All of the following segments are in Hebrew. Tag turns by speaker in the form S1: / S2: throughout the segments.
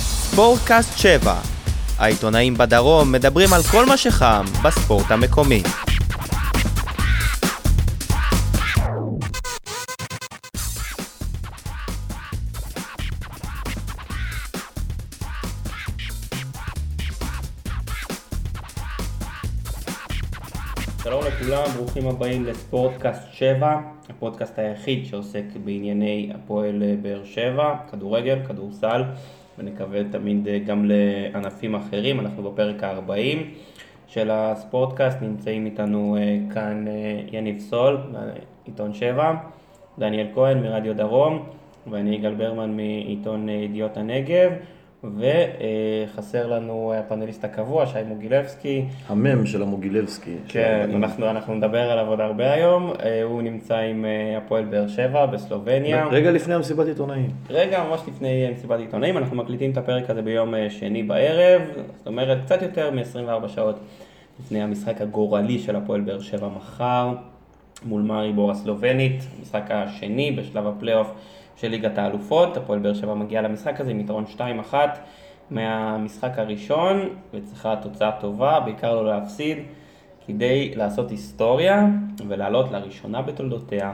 S1: ספורטקאסט 7. העיתונאים בדרום מדברים על כל מה שחם בספורט המקומי.
S2: שלום לכולם, ברוכים הבאים לספורטקאסט 7, הפודקאסט היחיד שעוסק בענייני הפועל באר שבע, כדורגל, כדורסל, ונקווה תמיד אה, גם לענפים אחרים, אנחנו בפרק ה-40 של הספורטקאסט, נמצאים איתנו אה, כאן אה, יניב סול, עיתון 7, דניאל כהן מרדיו דרום, ואני יגאל ברמן מעיתון אה, ידיעות הנגב. וחסר לנו הפאנליסט הקבוע, שי מוגילבסקי,
S3: המם של המוגילבסקי.
S2: כן,
S3: שאני-
S2: אנחנו, אנחנו נדבר עליו עוד הרבה היום. אה, הוא נמצא עם אה, הפועל באר שבע בסלובניה.
S3: רגע לפני המסיבת עיתונאים.
S2: רגע, ממש לפני אה, מסיבת עיתונאים, אנחנו מקליטים את הפרק הזה ביום אה, שני בערב, זאת אומרת קצת יותר מ-24 שעות לפני המשחק הגורלי של הפועל באר שבע מחר, מול מאריבור הסלובנית, המשחק השני בשלב הפלייאוף של ליגת האלופות, הפועל באר שבע מגיעה למשחק הזה עם יתרון 2-1 מהמשחק הראשון, וצריכה תוצאה טובה, בעיקר לא להפסיד, כדי לעשות היסטוריה ולעלות לראשונה בתולדותיה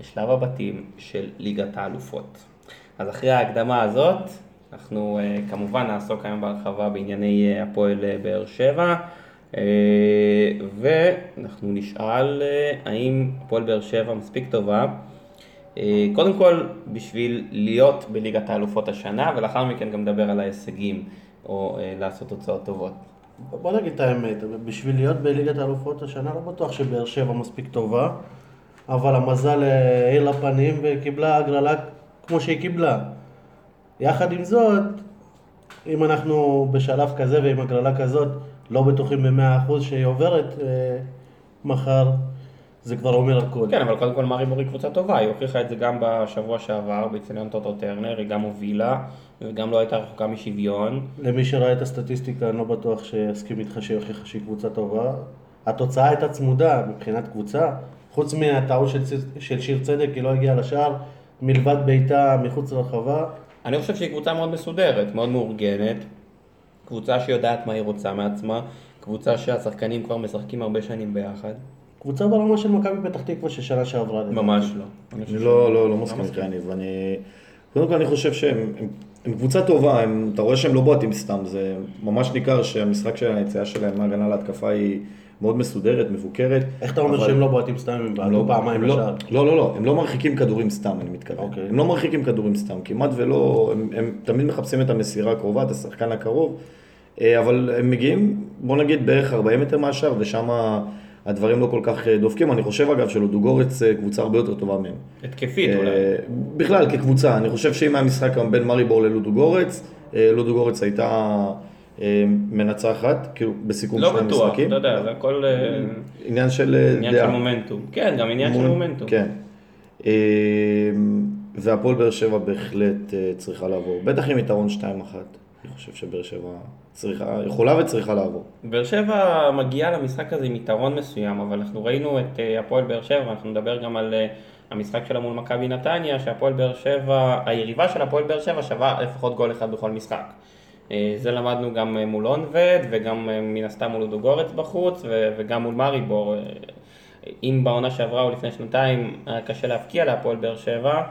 S2: לשלב הבתים של ליגת האלופות. אז אחרי ההקדמה הזאת, אנחנו אה, כמובן נעסוק היום בהרחבה בענייני אה, הפועל אה, באר שבע, אה, ואנחנו נשאל אה, האם הפועל באר שבע מספיק טובה, אה, קודם כל בשביל להיות בליגת האלופות השנה, ולאחר מכן גם לדבר על ההישגים, או אה, לעשות תוצאות טובות.
S4: בוא נגיד את האמת, בשביל להיות בליגת האלופות השנה לא בטוח שבאר שבע מספיק טובה, אבל המזל אה, העיר לה פנים וקיבלה הגרלה כמו שהיא קיבלה. יחד עם זאת, אם אנחנו בשלב כזה ועם הגרלה כזאת לא בטוחים במאה אחוז שהיא עוברת אה, מחר, זה כבר אומר הכול.
S2: כן, אבל קודם כל מארי מורי קבוצה טובה, היא הוכיחה את זה גם בשבוע שעבר, באצטדיון טוטו טרנר, היא גם הובילה, וגם לא הייתה רחוקה משוויון.
S4: למי שראה את הסטטיסטיקה, אני לא בטוח שיסכים איתך שהיא הוכיחה שהיא קבוצה טובה. התוצאה הייתה צמודה מבחינת קבוצה, חוץ מהטעות של, צ- של שיר צדק, היא לא הגיעה לשער, מלבד בעיטה מחוץ לרחבה.
S2: אני חושב שהיא קבוצה מאוד מסודרת, מאוד מאורגנת, קבוצה שיודעת מה היא רוצה מעצמה, קבוצה שהשחקנים כבר משחקים הרבה שנים ביחד.
S4: קבוצה ברמה של מכבי פתח תקווה ששנה שעברה.
S2: ממש לא. אני חושב
S3: אני לא, לא, לא מסכים איתך, יניב. אני... קודם כל אני חושב שהם הם, הם קבוצה טובה, הם, אתה רואה שהם לא בועטים סתם, זה ממש ניכר שהמשחק שלהם, היציאה שלהם מהגנה להתקפה היא מאוד מסודרת, מבוקרת.
S4: איך אתה אומר
S3: אבל-
S4: שהם לא בועטים סתם, הם
S3: הם
S4: בעטו פעמיים
S3: הם לא,
S4: לשער?
S3: לא, לא, לא, הם לא מרחיקים כדורים סתם, אני מתכוון.
S4: אוקיי.
S3: הם לא מרחיקים כדורים סתם, כמעט ולא, הם, הם תמיד מחפשים את המסירה הקרובה, את השחקן הקרוב, אה, אבל הם מגיעים, בוא נגיד, בערך 40 מטר מהשאר, ושם הדברים לא כל כך אה, דופקים. אני חושב, אגב, שלודוגורץ אה, קבוצה הרבה יותר טובה מהם.
S2: התקפית אולי.
S3: אה, בכלל, כקבוצה, אני חושב שאם היה משחק היום בין מריבור ללודוגורץ, אה, לודוגורץ הייתה אה, מנצחת, כאילו, בסיכום
S2: לא
S3: שני
S2: בטוח,
S3: המשחקים.
S2: אתה יודע, זה הכל אה,
S3: עניין של אה,
S2: עניין של
S3: דעה.
S2: מומנטום. כן, גם עניין של
S3: מול-
S2: מומנטום.
S3: כן. אה, והפועל באר שבע בהחלט אה, צריכה לעבור, בטח עם יתרון 2-1. אני חושב שבאר שבע צריכה, יכולה וצריכה לעבור.
S2: באר שבע מגיעה למשחק הזה עם יתרון מסוים, אבל אנחנו ראינו את אה, הפועל באר שבע, אנחנו נדבר גם על אה, המשחק שלה מול מכבי נתניה, שהפועל באר שבע, היריבה של הפועל באר שבע שווה לפחות גול אחד בכל משחק. אה, זה למדנו גם אה, מול אונבד, וגם אה, מן הסתם מול לודוגורץ בחוץ, ו- וגם מול מאריבור. אה, אם בעונה שעברה או לפני שנתיים היה קשה להבקיע להפועל באר שבע,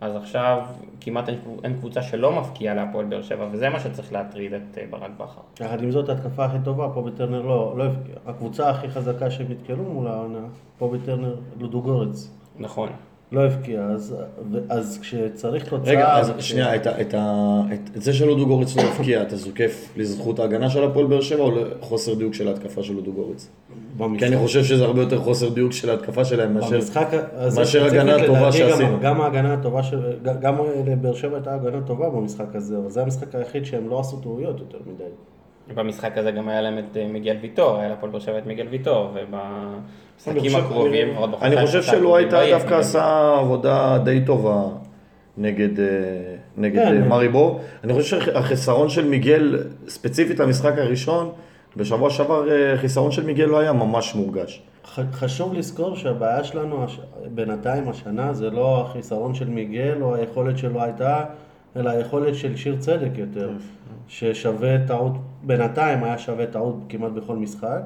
S2: אז עכשיו כמעט אין, אין קבוצה שלא מפקיעה להפועל באר שבע, וזה מה שצריך להטריד את אה, ברק בכר.
S4: יחד עם זאת, ההתקפה הכי טובה פה בטרנר לא, לא הבקיעה. הקבוצה הכי חזקה שהם נתקלו מול העונה, פה בטרנר, לודוגורץ.
S2: נכון.
S4: לא הבקיע, אז, אז כשצריך תוצאה...
S3: רגע, אז
S4: וכש-
S3: שנייה, את, ה- את, ה- את, את זה שלודוגורץ לא הבקיע, אתה זוקף לזכות ההגנה של הפועל באר שבע או לחוסר דיוק של ההתקפה של לודוגורץ? כי אני
S4: במשחק.
S3: חושב שזה הרבה יותר חוסר דיוק של ההתקפה שלהם מאשר...
S4: במשחק הזה
S3: מאשר
S4: ספציפית,
S3: הגנה
S4: לדעתי,
S3: טובה
S4: גם-
S3: שעשינו.
S4: גם ההגנה הטובה, של- ג- גם אה, לבאר שבע הייתה הגנה טובה במשחק הזה, אבל זה המשחק היחיד שהם לא עשו טעויות יותר מדי.
S2: במשחק הזה גם היה להם את אה, מיגל ויטור, היה להפועל באר שבע את מיגל ויטור,
S3: אני
S2: ובמשחקים
S3: חושב-
S2: הקרובים,
S3: אני-
S2: לפחות בחודשיים
S3: אני חושב
S2: שלושה
S3: שלו הייתה
S2: הקרובים,
S3: דווקא
S2: לא יהיה
S3: עשה עבודה די טובה נגד, אה, נגד
S4: כן.
S3: אה, מארי בור. אני חושב שהחיסרון של מיגל, ספציפית למשחק הראשון, בשבוע שעבר אה, חיסרון של מיגל לא היה ממש מורגש.
S4: ח- חשוב לזכור שהבעיה שלנו הש... בינתיים השנה זה לא החיסרון של מיגל או היכולת שלו הייתה, אלא היכולת של שיר צדק יותר, ששווה טעות, בינתיים היה שווה טעות כמעט בכל משחק.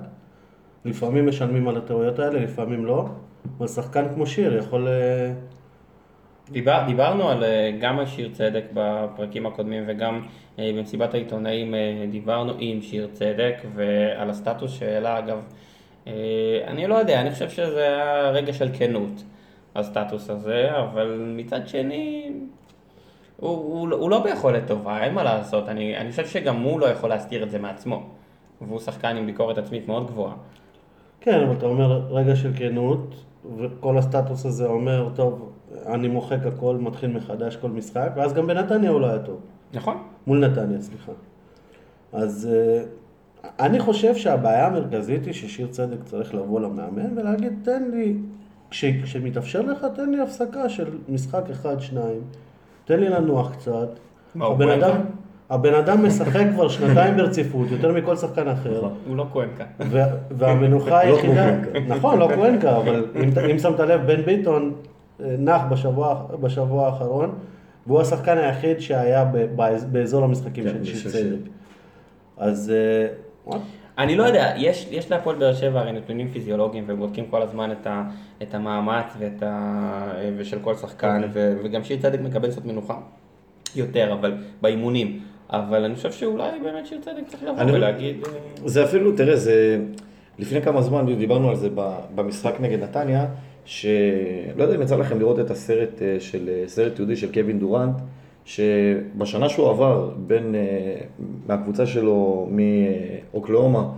S4: לפעמים משלמים על הטעויות האלה, לפעמים לא. אבל שחקן כמו שיר יכול... אה,
S2: דיבר, דיברנו על אה, גם על שיר צדק בפרקים הקודמים וגם אה, במסיבת העיתונאים אה, דיברנו עם שיר צדק ועל הסטטוס שהעלה אגב, אה, אני לא יודע, אני חושב שזה היה רגע של כנות הסטטוס הזה, אבל מצד שני הוא, הוא, הוא לא ביכולת טובה, אין מה לעשות, אני, אני חושב שגם הוא לא יכול להסתיר את זה מעצמו והוא שחקן עם ביקורת עצמית מאוד גבוהה.
S4: כן, אבל אתה אומר רגע של כנות, וכל הסטטוס הזה אומר, טוב, אני מוחק הכל, מתחיל מחדש כל משחק, ואז גם בנתניה הוא לא היה טוב.
S2: נכון?
S4: מול נתניה, סליחה. אז אה, אני חושב שהבעיה המרכזית היא ששיר צדק צריך לבוא למאמן ולהגיד, תן לי, כש, כשמתאפשר לך, תן לי הפסקה של משחק אחד, שניים, תן לי לנוח קצת.
S2: מה, הוא
S4: הבן
S2: כהן
S4: אדם,
S2: כאן?
S4: הבן אדם משחק כבר שנתיים ברציפות, יותר מכל שחקן אחר.
S2: הוא לא כהן כאן.
S4: וה- והמנוחה
S3: לא
S4: היחידה,
S3: כמו קוונקה.
S4: נכון, לא קוונקה, אבל אם ת- אם שמת לב, בן ביטון אה, נח בשבוע, בשבוע האחרון, והוא השחקן היחיד שהיה ב- באז- באזור המשחקים
S3: כן,
S4: של
S3: של
S4: שיר
S3: שיר.
S4: צדק. אז אה, וואט,
S2: אני לא יודע, יש, יש להפועל באר שבע הרי נתונים פיזיולוגיים ובודקים כל הזמן את, ה, את המאמץ ואת ה, ושל כל שחקן
S3: אוקיי.
S2: ו, וגם שיר צדק מקבל קצת מנוחה יותר, אבל באימונים. אבל אני חושב שאולי באמת שיר צדק צריך לבוא
S3: אני-
S2: ולהגיד... אה,
S3: זה אפילו, תראה, זה... לפני כמה זמן דיברנו על זה ב- במשחק נגד נתניה, שלא יודע אם יצא לכם לראות את הסרט אה, של... אה, סרט תיעודי של קווין דורנט, שבשנה שהוא עבר בין... אה, מהקבוצה שלו מאוקלאומה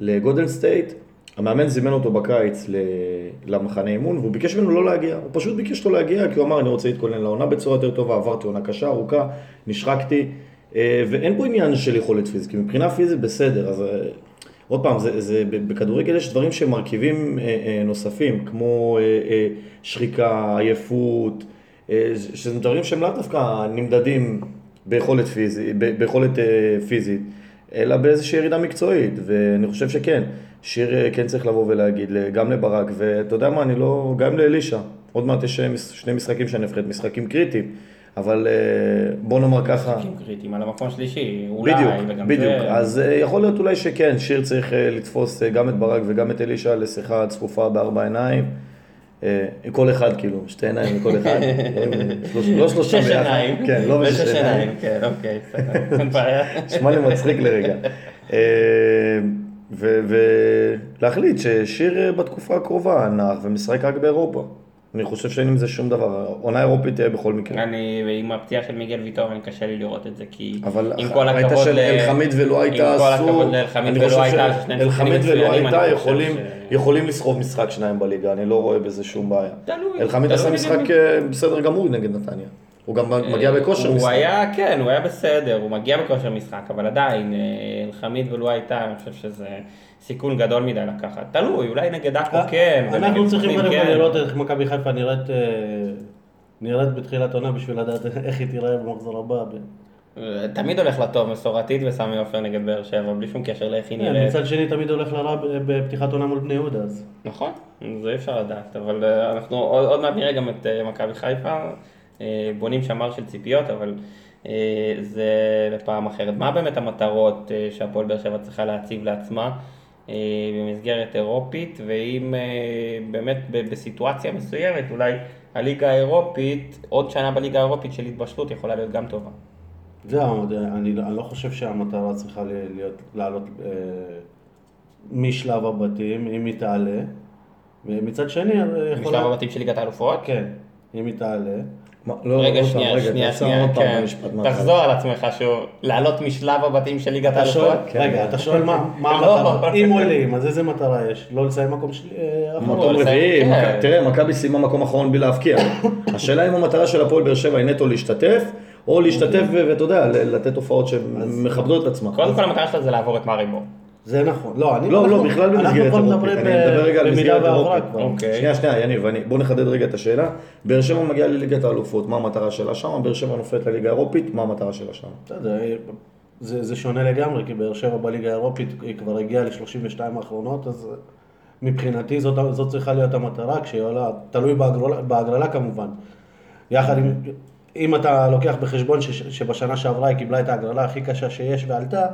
S3: לגודל סטייט, המאמן זימן אותו בקיץ ל- למחנה אימון, והוא ביקש ממנו לא להגיע. הוא פשוט ביקש אותו להגיע, כי הוא אמר, אני רוצה להתכונן לעונה בצורה יותר טובה, עברתי עונה קשה, ארוכה, נשחקתי, אה, ואין פה עניין של יכולת פיזית, כי מבחינה פיזית בסדר, אז אה, עוד פעם, זה, זה, ב- בכדורגל יש דברים שהם מרכיבים אה, אה, נוספים, כמו אה, אה, שחיקה, עייפות, אה, ש- שזה דברים שהם לאו דווקא נמדדים ביכולת, פיזי, ב, ביכולת אה, פיזית, אלא באיזושהי ירידה מקצועית, ואני חושב שכן, שיר אה, כן צריך לבוא ולהגיד, ל- גם לברק, ואתה יודע מה, אני לא, גם לאלישע, עוד מעט יש אה, מש- שני משחקים של הנבחרת, משחקים קריטיים, אבל אה, בוא נאמר ככה,
S2: משחקים קריטיים על המקום שלישי, אולי,
S3: בדיוק,
S2: וגם
S3: בדיוק.
S2: זה...
S3: אז אה, יכול להיות אולי שכן, שיר צריך אה, לתפוס אה, גם את ברק וגם את אלישע לשיחה צפופה בארבע עיניים. אה, עם כל אחד כאילו, שתי עיניים לכל אחד. לא עם- שלוש- לא שלושה
S2: שש
S3: ביחד.
S2: עיניים.
S3: כן, לא
S2: ושש
S3: בשש עיניים.
S2: עיניים, כן, אוקיי, בסדר, אין בעיה.
S3: נשמע לי מצחיק לרגע. אה, ו- ולהחליט ששיר אה, בתקופה הקרובה נח ומשחק רק באירופה. אני חושב שאין עם זה שום דבר, עונה אירופית תהיה בכל מקרה.
S2: אני, עם הפציעה של מיגל ויטור, אני קשה לי לראות את זה, כי
S3: אבל
S2: עם כל
S3: ראית
S2: הכבוד ל...
S3: שאלחמיד ולא הייתה
S2: עם כל
S3: אסור,
S2: הכבוד לאלחמיד
S3: אני
S2: ולא
S3: חושב
S2: הייתה, ששניהם שחקנים
S3: שאלחמיד ולא
S2: מצוינים,
S3: הייתה
S2: אני חושב
S3: יכולים-
S2: ש-
S3: יכולים לסחוב משחק שניים בליגה, אני לא רואה בזה שום בעיה.
S2: תלוי,
S3: אלחמיד
S2: תלוי
S3: עשה
S2: נגד
S3: משחק
S2: מי. אה,
S3: אה, בסדר גמור נגד נתניה. הוא גם מגיע בכושר
S2: הוא
S3: משחק.
S2: היה, כן, הוא היה בסדר, הוא מגיע בכושר משחק, אבל עדיין, אה, אלחמיד ולו הייתה, אני חושב שזה סיכון גדול מדי לקחת. תלוי, אולי נגד עכו כן.
S4: אה, אנחנו
S2: ונגד
S4: צריכים
S2: סכנין,
S4: קודם כל
S2: כן.
S4: לראות איך מכבי חיפה נראית, אה, נראית בתחילת עונה בשביל לדעת איך היא תיראה במחזור הבא. ב-
S2: אה, תמיד הולך לטוב מסורתית וסמי עופר נגד באר שבע, בלי שום קשר לאיך היא
S4: כן,
S2: נראית.
S4: מצד שני תמיד הולך לרע ב- בפתיחת עונה מול בני יהודה אז.
S2: נכון, זה אי אפשר לדעת, אבל אה, אנחנו עוד עוד מעט נראה גם את אה, מכבי חיפה, אה, בונים שמר של ציפיות, אבל אה, זה לפעם אחרת. מה באמת המטרות אה, שהפועל באר שבע צריכה להציב לעצמה אה, במסגרת אירופית, ואם אה, באמת ב- בסיטואציה מסוימת, אולי הליגה האירופית, עוד שנה בליגה האירופית של התבשלות יכולה להיות גם טובה.
S4: זהו, אני, אני לא חושב שהמטרה צריכה ל- להיות, לעלות אה, משלב הבתים, אם היא תעלה. ומצד שני, אה,
S2: משלב
S4: יכולה...
S2: הבתים של ליגת האלופות?
S4: כן, אם היא תעלה.
S3: מה, לא,
S2: רגע,
S3: עוד פעם,
S2: שנייה,
S3: רגע,
S2: שנייה,
S3: תעשה
S2: שנייה,
S3: עוד פעם
S2: כן.
S3: במשפט מההתחלה.
S2: תחזור על עצמך שוב, לעלות משלב הבתים של ליגת
S4: אתה שואל,
S2: האלופות?
S3: כן.
S4: רגע, אתה שואל מה מה
S2: לא.
S4: המטרה, אם עולים, אז איזה מטרה יש? לא לסיים מקום שלי, אה,
S2: אותו
S3: מקום
S4: אחרון.
S2: לסיים,
S3: רביעי,
S2: כן.
S3: מכ- תראה, מכבי סיימה מקום אחרון בלי להבקיע. השאלה אם המטרה של הפועל באר שבע היא נטו להשתתף, או להשתתף ו- ואתה יודע, ל- לתת הופעות שמכבדות את עצמן.
S2: קודם כל המטרה שלה זה לעבור את מארי בור.
S4: זה נכון. לא, אני...
S3: לא,
S4: אנחנו-
S3: לא, בכלל במסגרת
S4: אנחנו כבר
S3: אירופית.
S4: מדברים
S3: אני מדבר רגע על
S4: במידה
S3: מסגרת
S4: ועברה
S3: אירופית.
S4: כבר.
S2: אוקיי.
S3: שנייה, שנייה, יניב, אני- בוא נחדד רגע את השאלה. באר שבע מגיעה לליגת האלופות, מה המטרה שלה שם? באר שבע נופלת לליגה האירופית, מה המטרה שלה שם?
S4: בסדר, אה, זה, זה שונה לגמרי, כי באר שבע בליגה האירופית היא כבר הגיעה ל-32 האחרונות, אז אה, מבחינתי זאת, זאת צריכה להיות המטרה, כשהיא עולה, תלוי בהגרלה, בהגרלה כמובן. יחד עם, אם אתה לוקח בחשבון ש, שבשנה שעברה היא קיבלה את ההגרלה הכי קשה שיש ועלתה,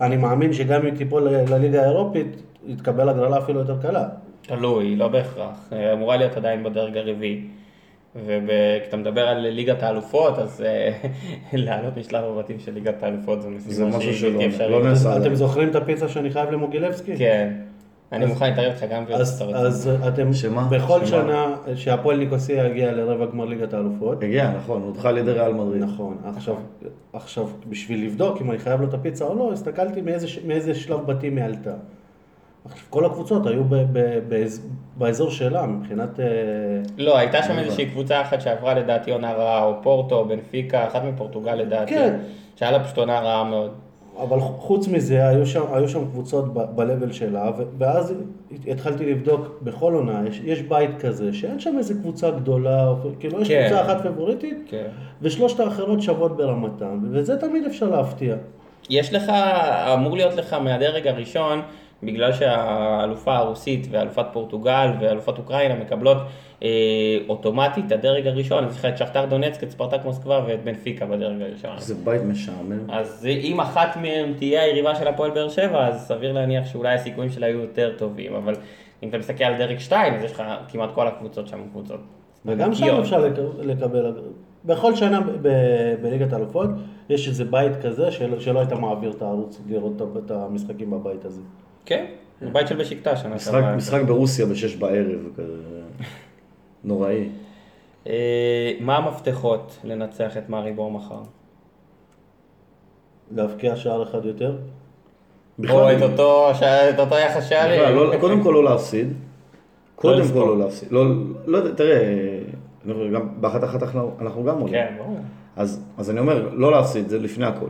S4: אני מאמין שגם אם תיפול ל- לליגה האירופית, היא תקבל הגרלה אפילו יותר קלה.
S2: תלוי, לא בהכרח. אה, אמורה להיות עדיין בדרג הרביעי. וכשאתה מדבר על ליגת האלופות, אז אה, לעלות משלב הבתים של ליגת האלופות זו
S3: זה
S2: משימה
S3: משהו
S2: שהיא
S3: שלא
S2: בלתי אפשרית.
S3: לא נעשה.
S4: אתם
S3: עדיין.
S4: זוכרים את הפיצה שאני חייב למוגילבסקי?
S2: כן. אני מוכן להתערב איתך גם
S4: אז,
S2: בזה.
S4: אז אתם,
S3: שמה?
S4: בכל
S3: שמה?
S4: שנה שהפועל ניקוסיה יגיע לרבע גמר ליגת האלופות,
S3: הגיע, נכון, הודחה על ידי ריאל מדריד.
S4: נכון, עכשיו, עכשיו, בשביל לבדוק אם אני חייב לו את הפיצה או לא, הסתכלתי מאיזה, ש- מאיזה שלב בתים היא עלתה. עכשיו, כל הקבוצות היו ב, ב, באז, באזור שלה מבחינת... אה,
S2: לא, הייתה שם איזושהי קבוצה אחת שעברה לדעתי עונה רעה, או פורטו, או בנפיקה, אחת מפורטוגל לדעתי.
S4: כן.
S2: שהיה לה פשוט עונה רעה מאוד.
S4: אבל ח- חוץ מזה, היו שם, היו שם קבוצות ב- ב-level שלה, ו- ואז הת- התחלתי לבדוק בכל עונה, יש, יש בית כזה, שאין שם איזה קבוצה גדולה, או- כאילו יש
S2: כן.
S4: קבוצה אחת פבוריטית,
S2: כן.
S4: ושלושת האחרות שוות ברמתן, וזה תמיד אפשר להפתיע.
S2: יש לך, אמור להיות לך מהדרג הראשון, בגלל שהאלופה הרוסית ואלופת פורטוגל ואלופת אוקראינה מקבלות אה, אוטומטית את הדרג הראשון, אז יש לך את שכתר דונצק, את ספרטק מוסקבה ואת בנפיקה בדרג הראשון.
S3: איזה בית משעמם.
S2: אז אם אחת מהן תהיה היריבה של הפועל באר שבע, אז סביר להניח שאולי הסיכויים שלה היו יותר טובים, אבל אם אתה מסתכל על דרג 2, אז יש לך כמעט כל הקבוצות שם קבוצות.
S4: וגם שם
S2: נקיות.
S4: אפשר לק- לקבל, בכל שנה ב- ב- בליגת האלופות יש איזה בית כזה של- שלא היית מעביר את הערוץ לראות את ה- את המשחקים בבית הזה.
S2: כן, בבית של בשקטה שנה
S3: משחק- משחק ברוסיה בשש בערב, כזה נוראי.
S2: אה, מה המפתחות לנצח את מאריבור מחר?
S4: להבקיע שער אחד יותר.
S2: או
S3: בכלל,
S2: את אותו, ש... את אותו יחס שערים.
S3: בכלל, לא- קודם כל לא להפסיד. קודם כל
S2: לספור.
S3: לא להפסיד. לא, לא יודע, תראה, אני חושב, גם באחת אחת אנחנו אנחנו גם עולים.
S2: כן, ברור.
S3: אז, אז אני אומר, לא להפסיד, זה לפני הכל.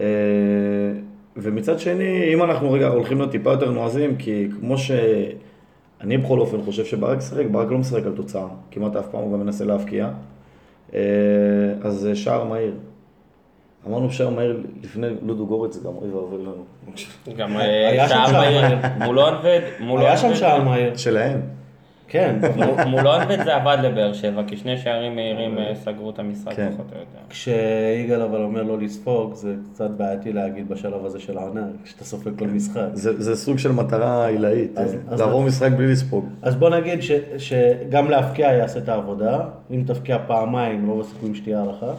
S3: אה, ומצד שני, אם אנחנו רגע הולכים להיות טיפה יותר נועזים, כי כמו ש... אני בכל אופן חושב שברק שיחק, ברק לא משחק על תוצאה, כמעט אף פעם הוא גם מנסה להבקיע. אה, אז זה שער מהיר. אמרנו שער מהיר לפני לודו גורץ, גם אוי ואבוי לנו.
S2: גם
S4: היה
S2: אה,
S4: שם
S2: שער
S4: שער.
S2: מהיר, מולון ו... מולון
S4: היה שם
S2: ו-
S4: שער מהיר.
S3: שלהם.
S4: כן, אבל
S2: מ- מולון וזה עבד לבאר שבע, כי שני שערים מהירים אה, סגרו את המשחק
S3: כן.
S2: פחות או יותר.
S4: כשיגאל אבל אומר לא לספוג זה קצת בעייתי להגיד בשלב הזה של העונה, כשאתה סופג כל משחק.
S3: זה, זה סוג של מטרה עילאית,
S4: אז-
S3: אה,
S4: אז-
S3: לעבור משחק בלי לספוג.
S4: אז בוא נגיד ש, שגם להבקיע יעשה את העבודה, אם תבקיע פעמיים לא מספיק עם שתייה אחת.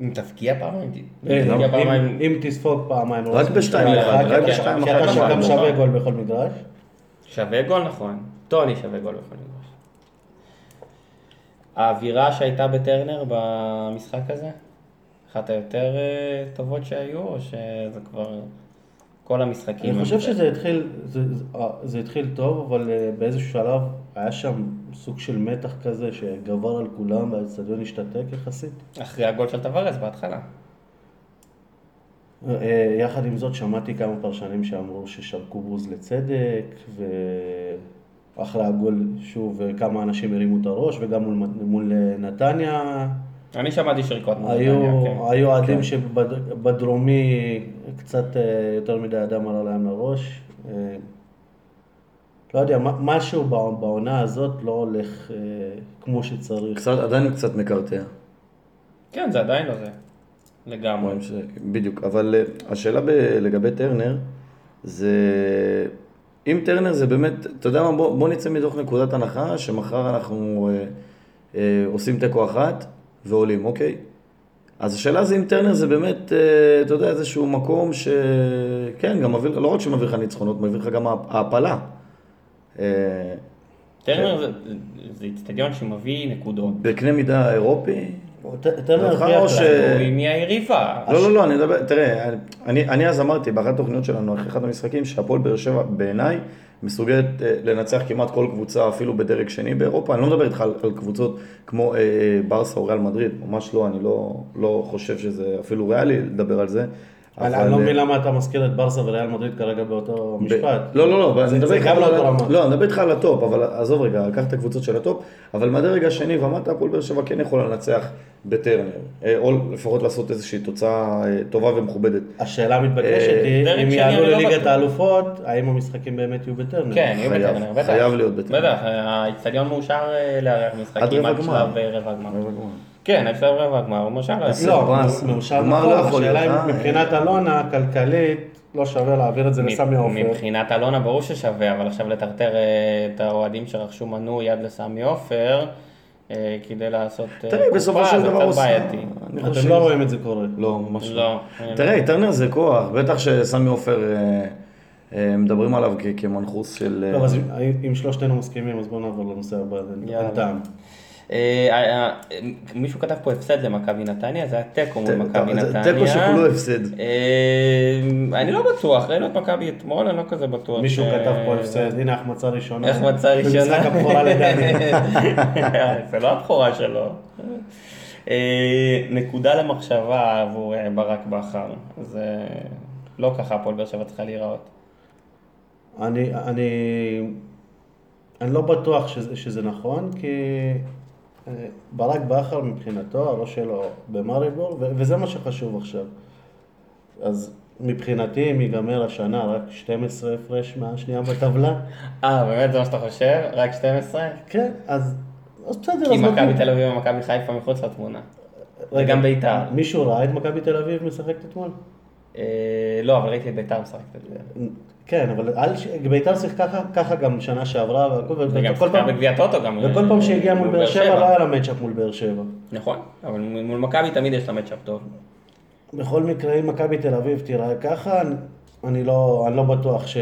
S2: אם תפקיע פעמיים, ת-
S4: אה, לא. אם-
S2: תפקיע פעמיים.
S4: אם תספוג פעמיים לא
S3: רק
S4: מספיק עם
S3: בשתיים
S4: שתייה
S2: אחד, רק
S4: כי-
S2: בשתיים
S4: כי
S2: אחת
S4: אתה
S2: פעמיים.
S4: גם שווה גול בכל מגרש.
S2: שווה גול נכון. טוני שווה גול בכל מגרש. האווירה שהייתה בטרנר במשחק הזה, אחת היותר אה, טובות שהיו, או שזה כבר כל המשחקים?
S4: אני
S2: הם
S4: חושב
S2: זה?
S4: שזה התחיל, זה, זה, אה, זה התחיל טוב, אבל אה, באיזשהו שלב היה שם סוג של מתח כזה שגבר על כולם והאצטדיון השתתק יחסית.
S2: אחרי הגול של טווארז בהתחלה.
S4: אה, אה, יחד עם זאת שמעתי כמה פרשנים שאמרו ששרקו בוז לצדק, ואחרי הגול שוב אה, כמה אנשים הרימו את הראש, וגם מול, מול אה, נתניה
S2: אני שמעתי שריקות
S4: היו,
S2: כן.
S4: היו אוהדים שבדרומי קצת אה, יותר מדי אדם עלה להם לראש. אה, לא יודע, מה- משהו בע- בעונה הזאת לא הולך אה, כמו שצריך.
S3: קצת, עדיין קצת מקרטע.
S2: כן, זה עדיין לא זה. לגמרי.
S3: רואים ש... בדיוק, אבל אה, השאלה ב... לגבי טרנר, זה... אם טרנר זה באמת, אתה יודע מה, בוא, בוא נצא מתוך נקודת הנחה שמחר אנחנו אה, אה, עושים תיקו אחת ועולים, אוקיי? אז השאלה זה אם טרנר זה באמת, אה, אתה יודע, איזשהו מקום ש... כן, גם מביא, לך- לא רק שמביא לך ניצחונות, מביא לך גם הה- העפלה. אה,
S2: טרנר זה- זה איצטדיון שמביא נקודות.
S3: בקנה מידה אירופי,
S4: ת- תן לי
S3: לך
S4: להוכיח
S3: או
S4: לך.
S3: ש-
S2: הוא מי היריבה.
S3: אה, לא, לא, לא, אני מדבר, תראה, אני- אני, אני אז אמרתי באחת התוכניות שלנו, אחרי אחד המשחקים, שהפועל באר שבע בעיניי מסוגלת אה, לנצח כמעט כל קבוצה, אפילו בדרג שני באירופה. אני לא מדבר איתך על, על קבוצות כמו אה, אה, ברסה או ריאל מדריד, ממש לא, אני לא, לא חושב שזה אפילו ריאלי לדבר על זה,
S4: אני
S3: אבל-
S4: אני לא מבין למה אתה מזכיר את ברסה וריאל מדריד כרגע באותו משפט.
S3: לא, לא, לא, אבל אני
S4: זה-
S3: מדבר
S4: זה
S3: איתך
S4: גם
S3: על-
S4: לא אותו רמה.
S3: לא, אני מדבר איתך על הטופ, אבל עזוב רגע, קח את הקבוצות של הטופ, אבל מהדרג השני ומטה, הפועל באר שבע כן יכולה לנצח בטרנר, אה, או לפחות לעשות איזושהי תוצאה אה, טובה ומכובדת.
S4: השאלה המתבקשת
S3: אה,
S4: היא,
S2: דרג
S4: אם
S2: שני
S4: יעלו
S2: אני לא
S4: לליגת
S2: בטוח.
S4: האלופות, האם המשחקים באמת יהיו בטרנר?
S2: כן, יהיו
S3: לא. חייב,
S2: בטרנר, בטח.
S3: חייב להיות בטרנר.
S2: בטח, האיצטדיון מאושר אה, לארח
S3: עד
S2: משחקים
S3: רבע
S2: עד
S3: גמר.
S2: שלב אה, רבע גמר. כן, עד שלב רבע גמר, הוא מאושר לארח.
S3: לא,
S4: לא,
S3: פרס.
S4: מאושר
S3: גמר לא
S4: נכון,
S3: יכול להיות,
S4: השאלה
S3: אה?
S4: אם מבחינת אלונה, כלכלית, לא שווה להעביר את זה לסמי עופר.
S2: מבחינת אלונה ברור ששווה, אבל עכשיו לטרטר אה, את האוהדים שרכשו מנוי יד לסמי עופר, אה, כדי לעשות... אה,
S3: תראה, בסופו
S2: קופה,
S3: של
S2: זה
S3: דבר
S2: קצת
S3: עושה...
S2: בעייתי.
S3: אני
S4: אתם
S3: חושב-
S4: לא רואים את זה קורה.
S3: לא, ממש לא.
S2: לא. אני לא-
S3: תראה, טרנר זה כוח, בטח שסמי עופר, אה, אה, מדברים עליו כ- כמנחוס של...
S2: לא,
S3: אה,
S4: טוב, לא, אז אם- אם שלושתנו מסכימים, אז בואו נעבור לנושא הבא, אין-
S2: יאללה.
S4: אין טעם.
S2: אה, אה, אה, מישהו כתב פה הפסד למכבי נתניה, זה היה תיקו מול
S3: ת-
S2: מכבי
S3: ת-
S2: נתניה.
S3: תיקו שכולו הפסד.
S2: אה, אני לא בטוח, ראינו את מכבי אתמול, אני לא כזה בטוח.
S4: מישהו
S2: ש-
S4: כתב פה הפסד, הנה החמצה ראשונה.
S2: איך מצא ראשונה?
S4: במשחק הבכורה לדני.
S2: זה לא הבכורה שלו. אה, נקודה למחשבה עבור אה, ברק בכר. זה לא ככה הפועל באר שבע צריכה להיראות.
S4: אני, אני, אני לא בטוח שזה, שזה נכון, כי אה, ברק בכר מבחינתו, הראש שלו במריבור, ו- וזה מה שחשוב עכשיו. אז מבחינתי, אם ייגמר השנה רק 12 הפרש מהשנייה בטבלה,
S2: אה, באמת זה מה שאתה חושב? רק 12?
S4: כן, אז, אז בסדר,
S2: כי
S4: אז
S2: מכבי
S4: נותנים.
S2: תל אביב ומכבי חיפה מחוץ לתמונה. וגם ביתר.
S4: מישהו ראה את מכבי תל אביב משחקת אתמול?
S2: אה, לא, אבל ראיתי את ביתר משחקת את זה.
S4: כן, אבל אל ש- ביתר שיחקה ככה- ככה גם שנה שעברה, והכל-
S2: וגם
S4: וכל
S2: שיחקה
S4: פעם-
S2: בגביע טוטו גם.
S4: וכל
S2: אה,
S4: פעם שהגיע מול באר שבע לא היה לה מצ'אפ מול באר שבע.
S2: נכון, אבל מ- מול מכבי תמיד יש לה מצ'אפ טוב.
S4: בכל מקרה, אם מכבי תל אביב תיראה ככה, אני- אני לא, אני לא בטוח ש...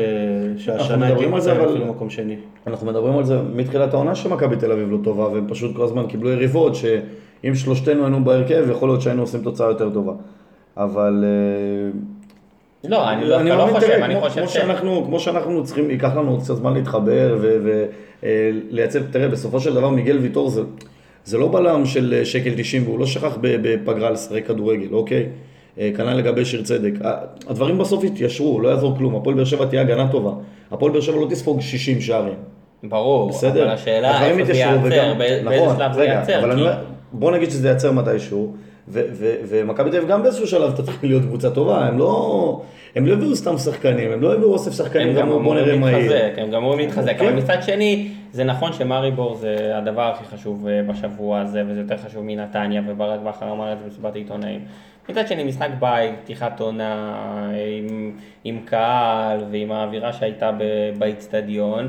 S4: שהשנה
S3: מדברים על זה,
S4: תמצא
S3: אבל-
S4: אפילו מקום שני.
S3: אנחנו מדברים על זה מתחילת העונה שמכבי תל אביב לא טובה, והם פשוט כל הזמן קיבלו יריבות, שאם שלושתנו היינו בהרכב, יכול להיות שהיינו עושים תוצאה יותר טובה. אבל... אה,
S2: לא, אני דווקא לא
S3: מאמין,
S2: חושב,
S3: תראה,
S2: אני
S3: כמו-
S2: חושב
S3: כמו
S2: ש...
S3: שאנחנו, כמו שאנחנו צריכים, ייקח לנו עוד קצת זמן להתחבר ולייצב, תראה, בסופו של דבר מיגל ויטור זה, זה לא בלם של אה, שקל 90, והוא לא שכח ב- בפגרה לשחק כדורגל, אוקיי? אה, כנ"ל לגבי שיר צדק. ה- הדברים בסוף יתיישרו, לא יעזור כלום. הפועל באר שבע תהיה הגנה טובה. הפועל באר שבע לא תספוג 60 שערים.
S2: ברור,
S3: בסדר?
S2: אבל השאלה
S3: הדברים
S2: איפה זה
S3: יתיישרו,
S2: ייעצר,
S3: וגם-
S2: בא- באיזה
S3: נכון,
S2: שלב זה
S3: רגע,
S2: ייעצר.
S3: אבל
S2: כי-
S3: אני אומר, בוא נגיד שזה ייעצר מתישהו, ו- ו- ומכבי תל אביב גם באיזשהו שלב תתחיל להיות קבוצה טובה, הם לא הם לא הביאו סתם שחקנים, הם לא הביאו אוסף
S2: הם
S3: שחקנים,
S2: גם
S3: אמרו, בוא נראה
S2: אמורים
S3: מה יהיה.
S2: להתחזק, הם גם אמורים להתחזק,
S3: כן.
S2: אבל מצד שני, זה נכון שמריבור זה הדבר הכי חשוב אה, בשבוע הזה, וזה יותר חשוב מנתניה, וברק בכר אמר את זה במסיבת עיתונאים. מצד שני, משחק בית, פתיחת עונה, אה, עם, עם קהל ועם האווירה שהייתה ב- באיצטדיון.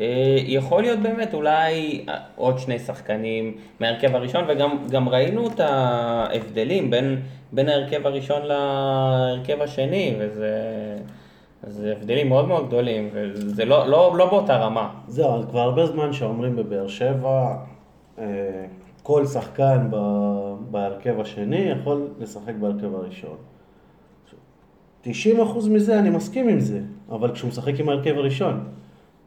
S2: אה, יכול להיות באמת אולי אה, עוד שני שחקנים מההרכב הראשון, וגם גם ראינו את ההבדלים בין, בין ההרכב הראשון להרכב השני, וזה... זה הבדלים מאוד מאוד גדולים, וזה לא, לא, לא באותה רמה.
S4: זהו, אז כבר הרבה זמן שאומרים בבאר שבע, אה, כל שחקן ב- בהרכב השני יכול לשחק בהרכב הראשון. 90% מזה אני מסכים עם זה, אבל כשהוא משחק עם ההרכב הראשון,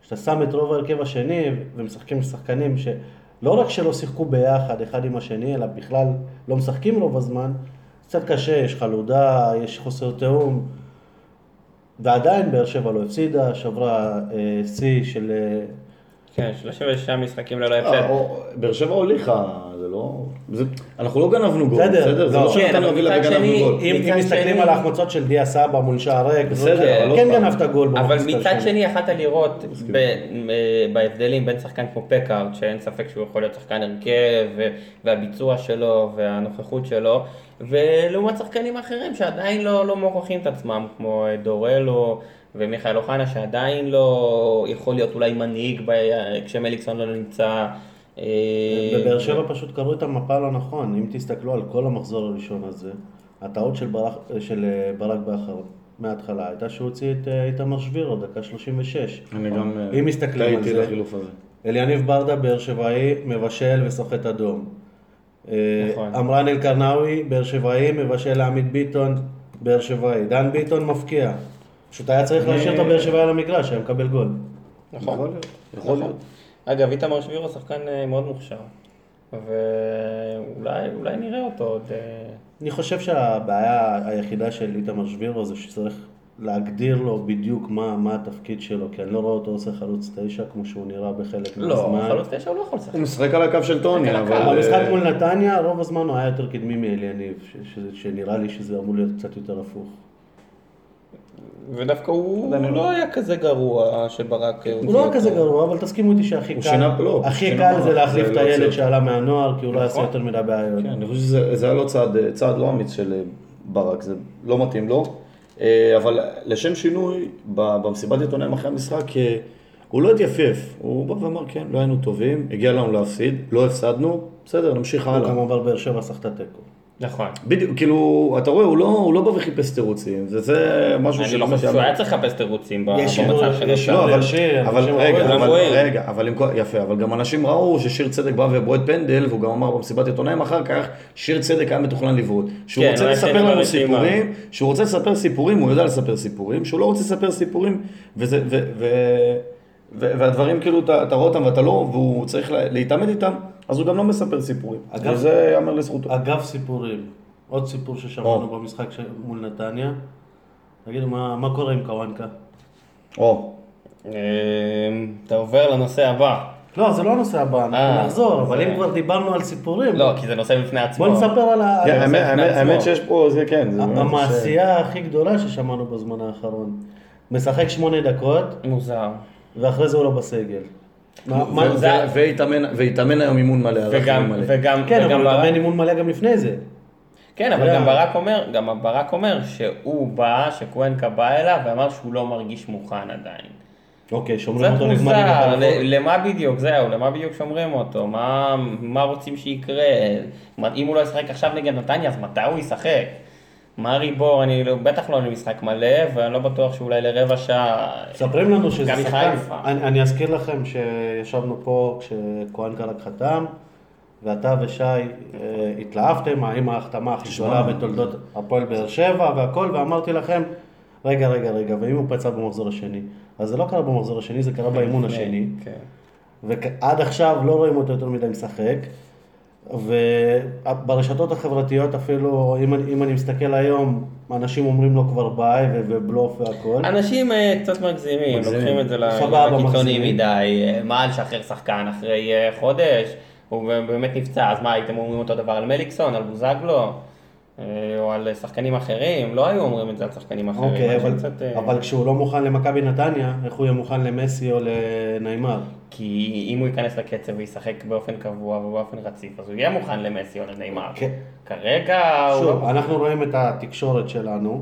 S4: כשאתה שם את רוב ההרכב השני ומשחקים עם שחקנים שלא רק שלא שיחקו ביחד אחד עם השני, אלא בכלל לא משחקים רוב הזמן, קצת קשה, יש חלודה, יש חוסר תיאום, ועדיין באר שבע לא הפסידה, שברה אה, שיא של... אה,
S2: כן, 36 משחקים ללא
S3: אה,
S2: הפסד.
S3: או- באר שבע הוליכה, זה לא... זה- אנחנו לא גנבנו גול,
S4: בסדר,
S3: בסדר? זה
S4: לא.
S3: לא
S2: כן,
S3: שנתנו
S2: אבל
S3: הובילה
S2: מצד
S3: וגנבנו
S2: שני,
S3: גול.
S4: אם
S2: מצד
S4: אם מסתכלים
S2: שני-
S4: על ההחמצות של דיה סבא מול שער ריק,
S3: בסדר,
S4: זה-
S2: לא
S3: אבל עוד
S4: כן
S3: פעם.
S4: גנבת גול.
S2: אבל
S4: במחצית
S2: מצד
S4: הראשונה.
S2: שני יכלת לראות ב- אה, בהבדלים בין שחקן כמו פקארט, שאין ספק שהוא יכול להיות שחקן הרכב, ו- והביצוע שלו והנוכחות שלו, ולעומת שחקנים אחרים שעדיין לא, לא מוכיחים את עצמם, כמו אה, דורלו ומיכאל אוחנה, שעדיין לא יכול להיות אולי מנהיג ב- כשמליקסון לא נמצא. אה,
S4: בבאר שבע פשוט קראו את המפה לא נכון, אם תסתכלו על כל המחזור הראשון הזה, הטעות של ברק, של אה, ברק בכר מההתחלה הייתה שהוא הוציא את אה, איתמר שבירו, דקה 36.
S3: אני גם... אה,
S4: אם מסתכלים על
S3: טעיתי
S4: זה,
S3: לחילוף הזה.
S4: אליניב ברדה באר שבעי מבשל וסוחט אדום. אה,
S2: נכון.
S4: עמרן אלקרנאווי באר שבעי מבשל לעמית ביטון באר שבעי. דן ביטון מפקיע. פשוט היה צריך להשאיר את הבאר שבעי על המגרש, היה מקבל גול.
S2: נכון.
S3: יכול להיות. יכול להיות.
S2: אגב, איתמר שבירו שחקן אה, מאוד מוכשר. ואולי אולי נראה אותו עוד... אה,
S4: אני חושב שהבעיה היחידה של איתמר שבירו זה שצריך להגדיר לו בדיוק מה, מה התפקיד שלו, כי אני לא רואה אותו עושה חלוץ תשע כמו שהוא נראה בחלק
S2: לא,
S4: מהזמן.
S2: חלוץ תשע הוא לא יכול לשחק.
S3: הוא משחק על הקו של טוני,
S2: על הקו.
S3: אבל...
S4: המשחק
S3: אה,
S4: מול נתניה, רוב הזמן הוא היה יותר קדמי מאליניב, ש- ש- שנראה לי שזה אמור להיות קצת יותר הפוך.
S2: ודווקא הוא
S3: דניאל.
S2: לא היה כזה גרוע שברק... אה,
S4: הוא לא היה כזה גרוע, אבל תסכימו איתי שהכי
S3: הוא
S4: קל,
S3: שינה- לא,
S4: הכי
S3: שינה
S4: קל
S3: מאוד,
S4: זה להחליף
S3: זה
S4: את
S3: לא
S4: הילד
S3: עוצר.
S4: שעלה מהנוער, כי הוא לא יעשה
S2: נכון.
S4: יותר מדי בעיות.
S3: כן, אני חושב שזה זה היה לא צעד, אה, צעד לא אמיץ של אה, ברק, זה לא מתאים לו. אה, אבל לשם שינוי, ב- במסיבת עיתונאים אחרי המשחק, אה, הוא לא התייפייף. הוא בא ואמר, כן, לא היינו טובים, הגיע לנו להפסיד, לא הפסדנו, בסדר, נמשיך
S4: הוא
S3: הלאה.
S4: כמובן באר נכון, שבע סחטה תיקו.
S2: נכון.
S3: בדיוק, כאילו, אתה רואה, הוא לא, הוא לא בא וחיפש תירוצים, וזה משהו
S2: אני לא חושב שהוא היה צריך לחפש תירוצים ב-
S4: יש שידור,
S2: במצב שלו. שם.
S4: יש שידור.
S3: לא, אבל,
S4: אנשים-
S3: אבל
S4: אנשים
S3: רגע,
S4: ראו את
S2: זה.
S3: אבל,
S2: גם רואים.
S3: רגע, אבל עם כל, יפה, אבל גם אנשים ראו ששיר צדק בא ובועט פנדל, והוא גם אמר במסיבת עיתונאים אחר כך, שיר צדק היה מתוכנן לבעוט. שהוא
S2: כן,
S3: רוצה
S2: הוא היה
S3: לספר
S2: שני
S3: לנו
S2: ברשימה.
S3: סיפורים, שהוא רוצה לספר סיפורים, הוא יודע לספר סיפורים, שהוא לא רוצה לספר סיפורים, וזה, ו, ו, ו, והדברים כאילו, אתה, אתה רואה אותם ואתה לא, והוא צריך לה- להתעמת איתם, אז הוא גם לא מספר סיפורים.
S4: אגב-
S3: וזה ייאמר לזכותו.
S2: אה,
S4: אגב סיפורים, עוד סיפור ששמענו במשחק ש- מול נתניה. תגידו, מה מה קורה עם קוואנקה?
S3: או,
S2: אמ, אתה עובר לנושא הבא.
S4: לא, זה לא הנושא הבא, אנחנו
S2: אה,
S4: נחזור,
S2: זה-
S4: אבל אם כבר דיברנו על סיפורים,
S2: לא, כי זה נושא בפני עצמו.
S4: בוא נספר על ה-
S3: כן,
S4: על
S3: האמת-
S2: בפני
S3: האמת-
S2: אה, עצמו. אה,
S3: האמת שיש פה, זה כן, זה באמת...
S4: המעשייה הכי גדולה ששמענו בזמן האחרון. משחק שמונה דקות,
S2: מוזר.
S4: ואחרי זה הוא לא בסגל. מה- מה-
S3: ו-
S2: זה-
S3: ו- והתאמן- והתאמן היום אימון מלא, הלך
S2: וגם,
S3: אימון מלא.
S2: וגם,
S4: כן, אבל
S2: וגם
S4: הוא לא.
S2: ברק-
S4: התאמן אימון מלא גם לפני זה.
S2: כן, אבל
S4: זה
S2: גם
S4: ה-
S2: ברק אומר, גם ברק אומר שהוא בא, שקוונקה בא אליו ואמר שהוא לא מרגיש מוכן עדיין.
S4: אוקיי, שומרים
S2: קצת
S4: אותו לזמן
S2: מוזר, ל-
S4: הביטחון.
S2: למה בדיוק, זהו, למה בדיוק שומרים אותו, מה, מה רוצים שיקרה, מה- אם הוא לא ישחק עכשיו נגד נתניה, אז מתי הוא ישחק? מה ריבור, אני לא- בטח לא למשחק מלא, ואני לא בטוח שאולי לרבע שעה...
S4: מספרים לנו שזה
S2: גם
S4: שחקן,
S2: מחיפה.
S4: אני, אני אזכיר לכם שישבנו פה כשכהן קלק חתם, ואתה ושי אה, התלהבתם, האם ההחתמה הכי גדולה בתולדות הפועל באר שבע והכל, ואמרתי לכם, רגע, רגע, רגע, ואם הוא פצע במחזור השני? אז זה לא קרה במחזור השני, זה קרה באימון השני.
S2: כן.
S4: ועד עכשיו לא רואים אותו יותר מדי משחק. וברשתות החברתיות אפילו, אם, אני- אם אני מסתכל היום, אנשים אומרים לו כבר ביי ו- ובלוף והכל.
S2: אנשים אה, קצת מגזימים,
S3: מגזימים.
S2: לוקחים את זה ל-
S4: סבבה,
S2: לקיצוני
S4: מגזימים.
S2: מדי, אה, מה לשחרר שחקן אחרי אה, חודש, הוא באמת נפצע, אז מה, הייתם אומרים אותו דבר על מליקסון, על בוזגלו, אה, או על שחקנים אחרים, לא היו אומרים את זה על שחקנים אחרים.
S4: אוקיי,
S2: אנשים
S4: אבל,
S2: קצת, אה,
S4: אבל כשהוא לא מוכן למכבי נתניה, איך הוא יהיה מוכן למסי או לנעימר?
S2: כי אם הוא ייכנס לקצב וישחק באופן קבוע ובאופן רציף, אז הוא יהיה מוכן למסי או לנעימר.
S4: כן.
S2: כרגע אה, הוא... לא
S4: שוב, אנחנו רואים את התקשורת שלנו,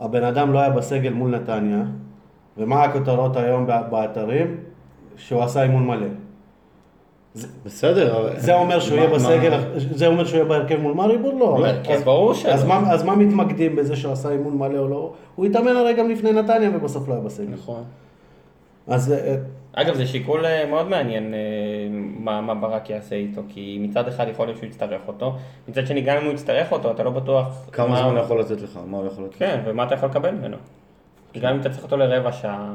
S4: הבן אדם לא היה בסגל מול נתניה, ומה הכותרות היום בא- באתרים? שהוא עשה אימון מלא.
S3: בסדר, אבל-
S4: זה אומר שהוא יהיה
S3: מה-
S4: בסגל,
S3: מה-
S4: זה אומר שהוא יהיה בהרכב מול מריבור? לא.
S2: לא, כן, ברור שלא.
S4: אז מה- אז מה מתמקדים בזה שהוא עשה אימון מלא או לא? הוא התאמן הרי גם לפני נתניה ובסוף לא היה בסגל.
S2: נכון.
S4: אז אה,
S2: אגב, זה שיקול אה, מאוד מעניין אה, מה, מה ברק יעשה איתו, כי מצד אחד יכול להיות שהוא יצטרך אותו, מצד שני גם אם הוא יצטרך אותו, אתה לא בטוח...
S3: כמה
S2: מה-
S3: זמן הוא יכול לתת לך? מה הוא יכול לתת?
S2: כן, ומה אתה יכול לקבל ממנו. כי גם אם אתה צריך אותו לרבע שעה,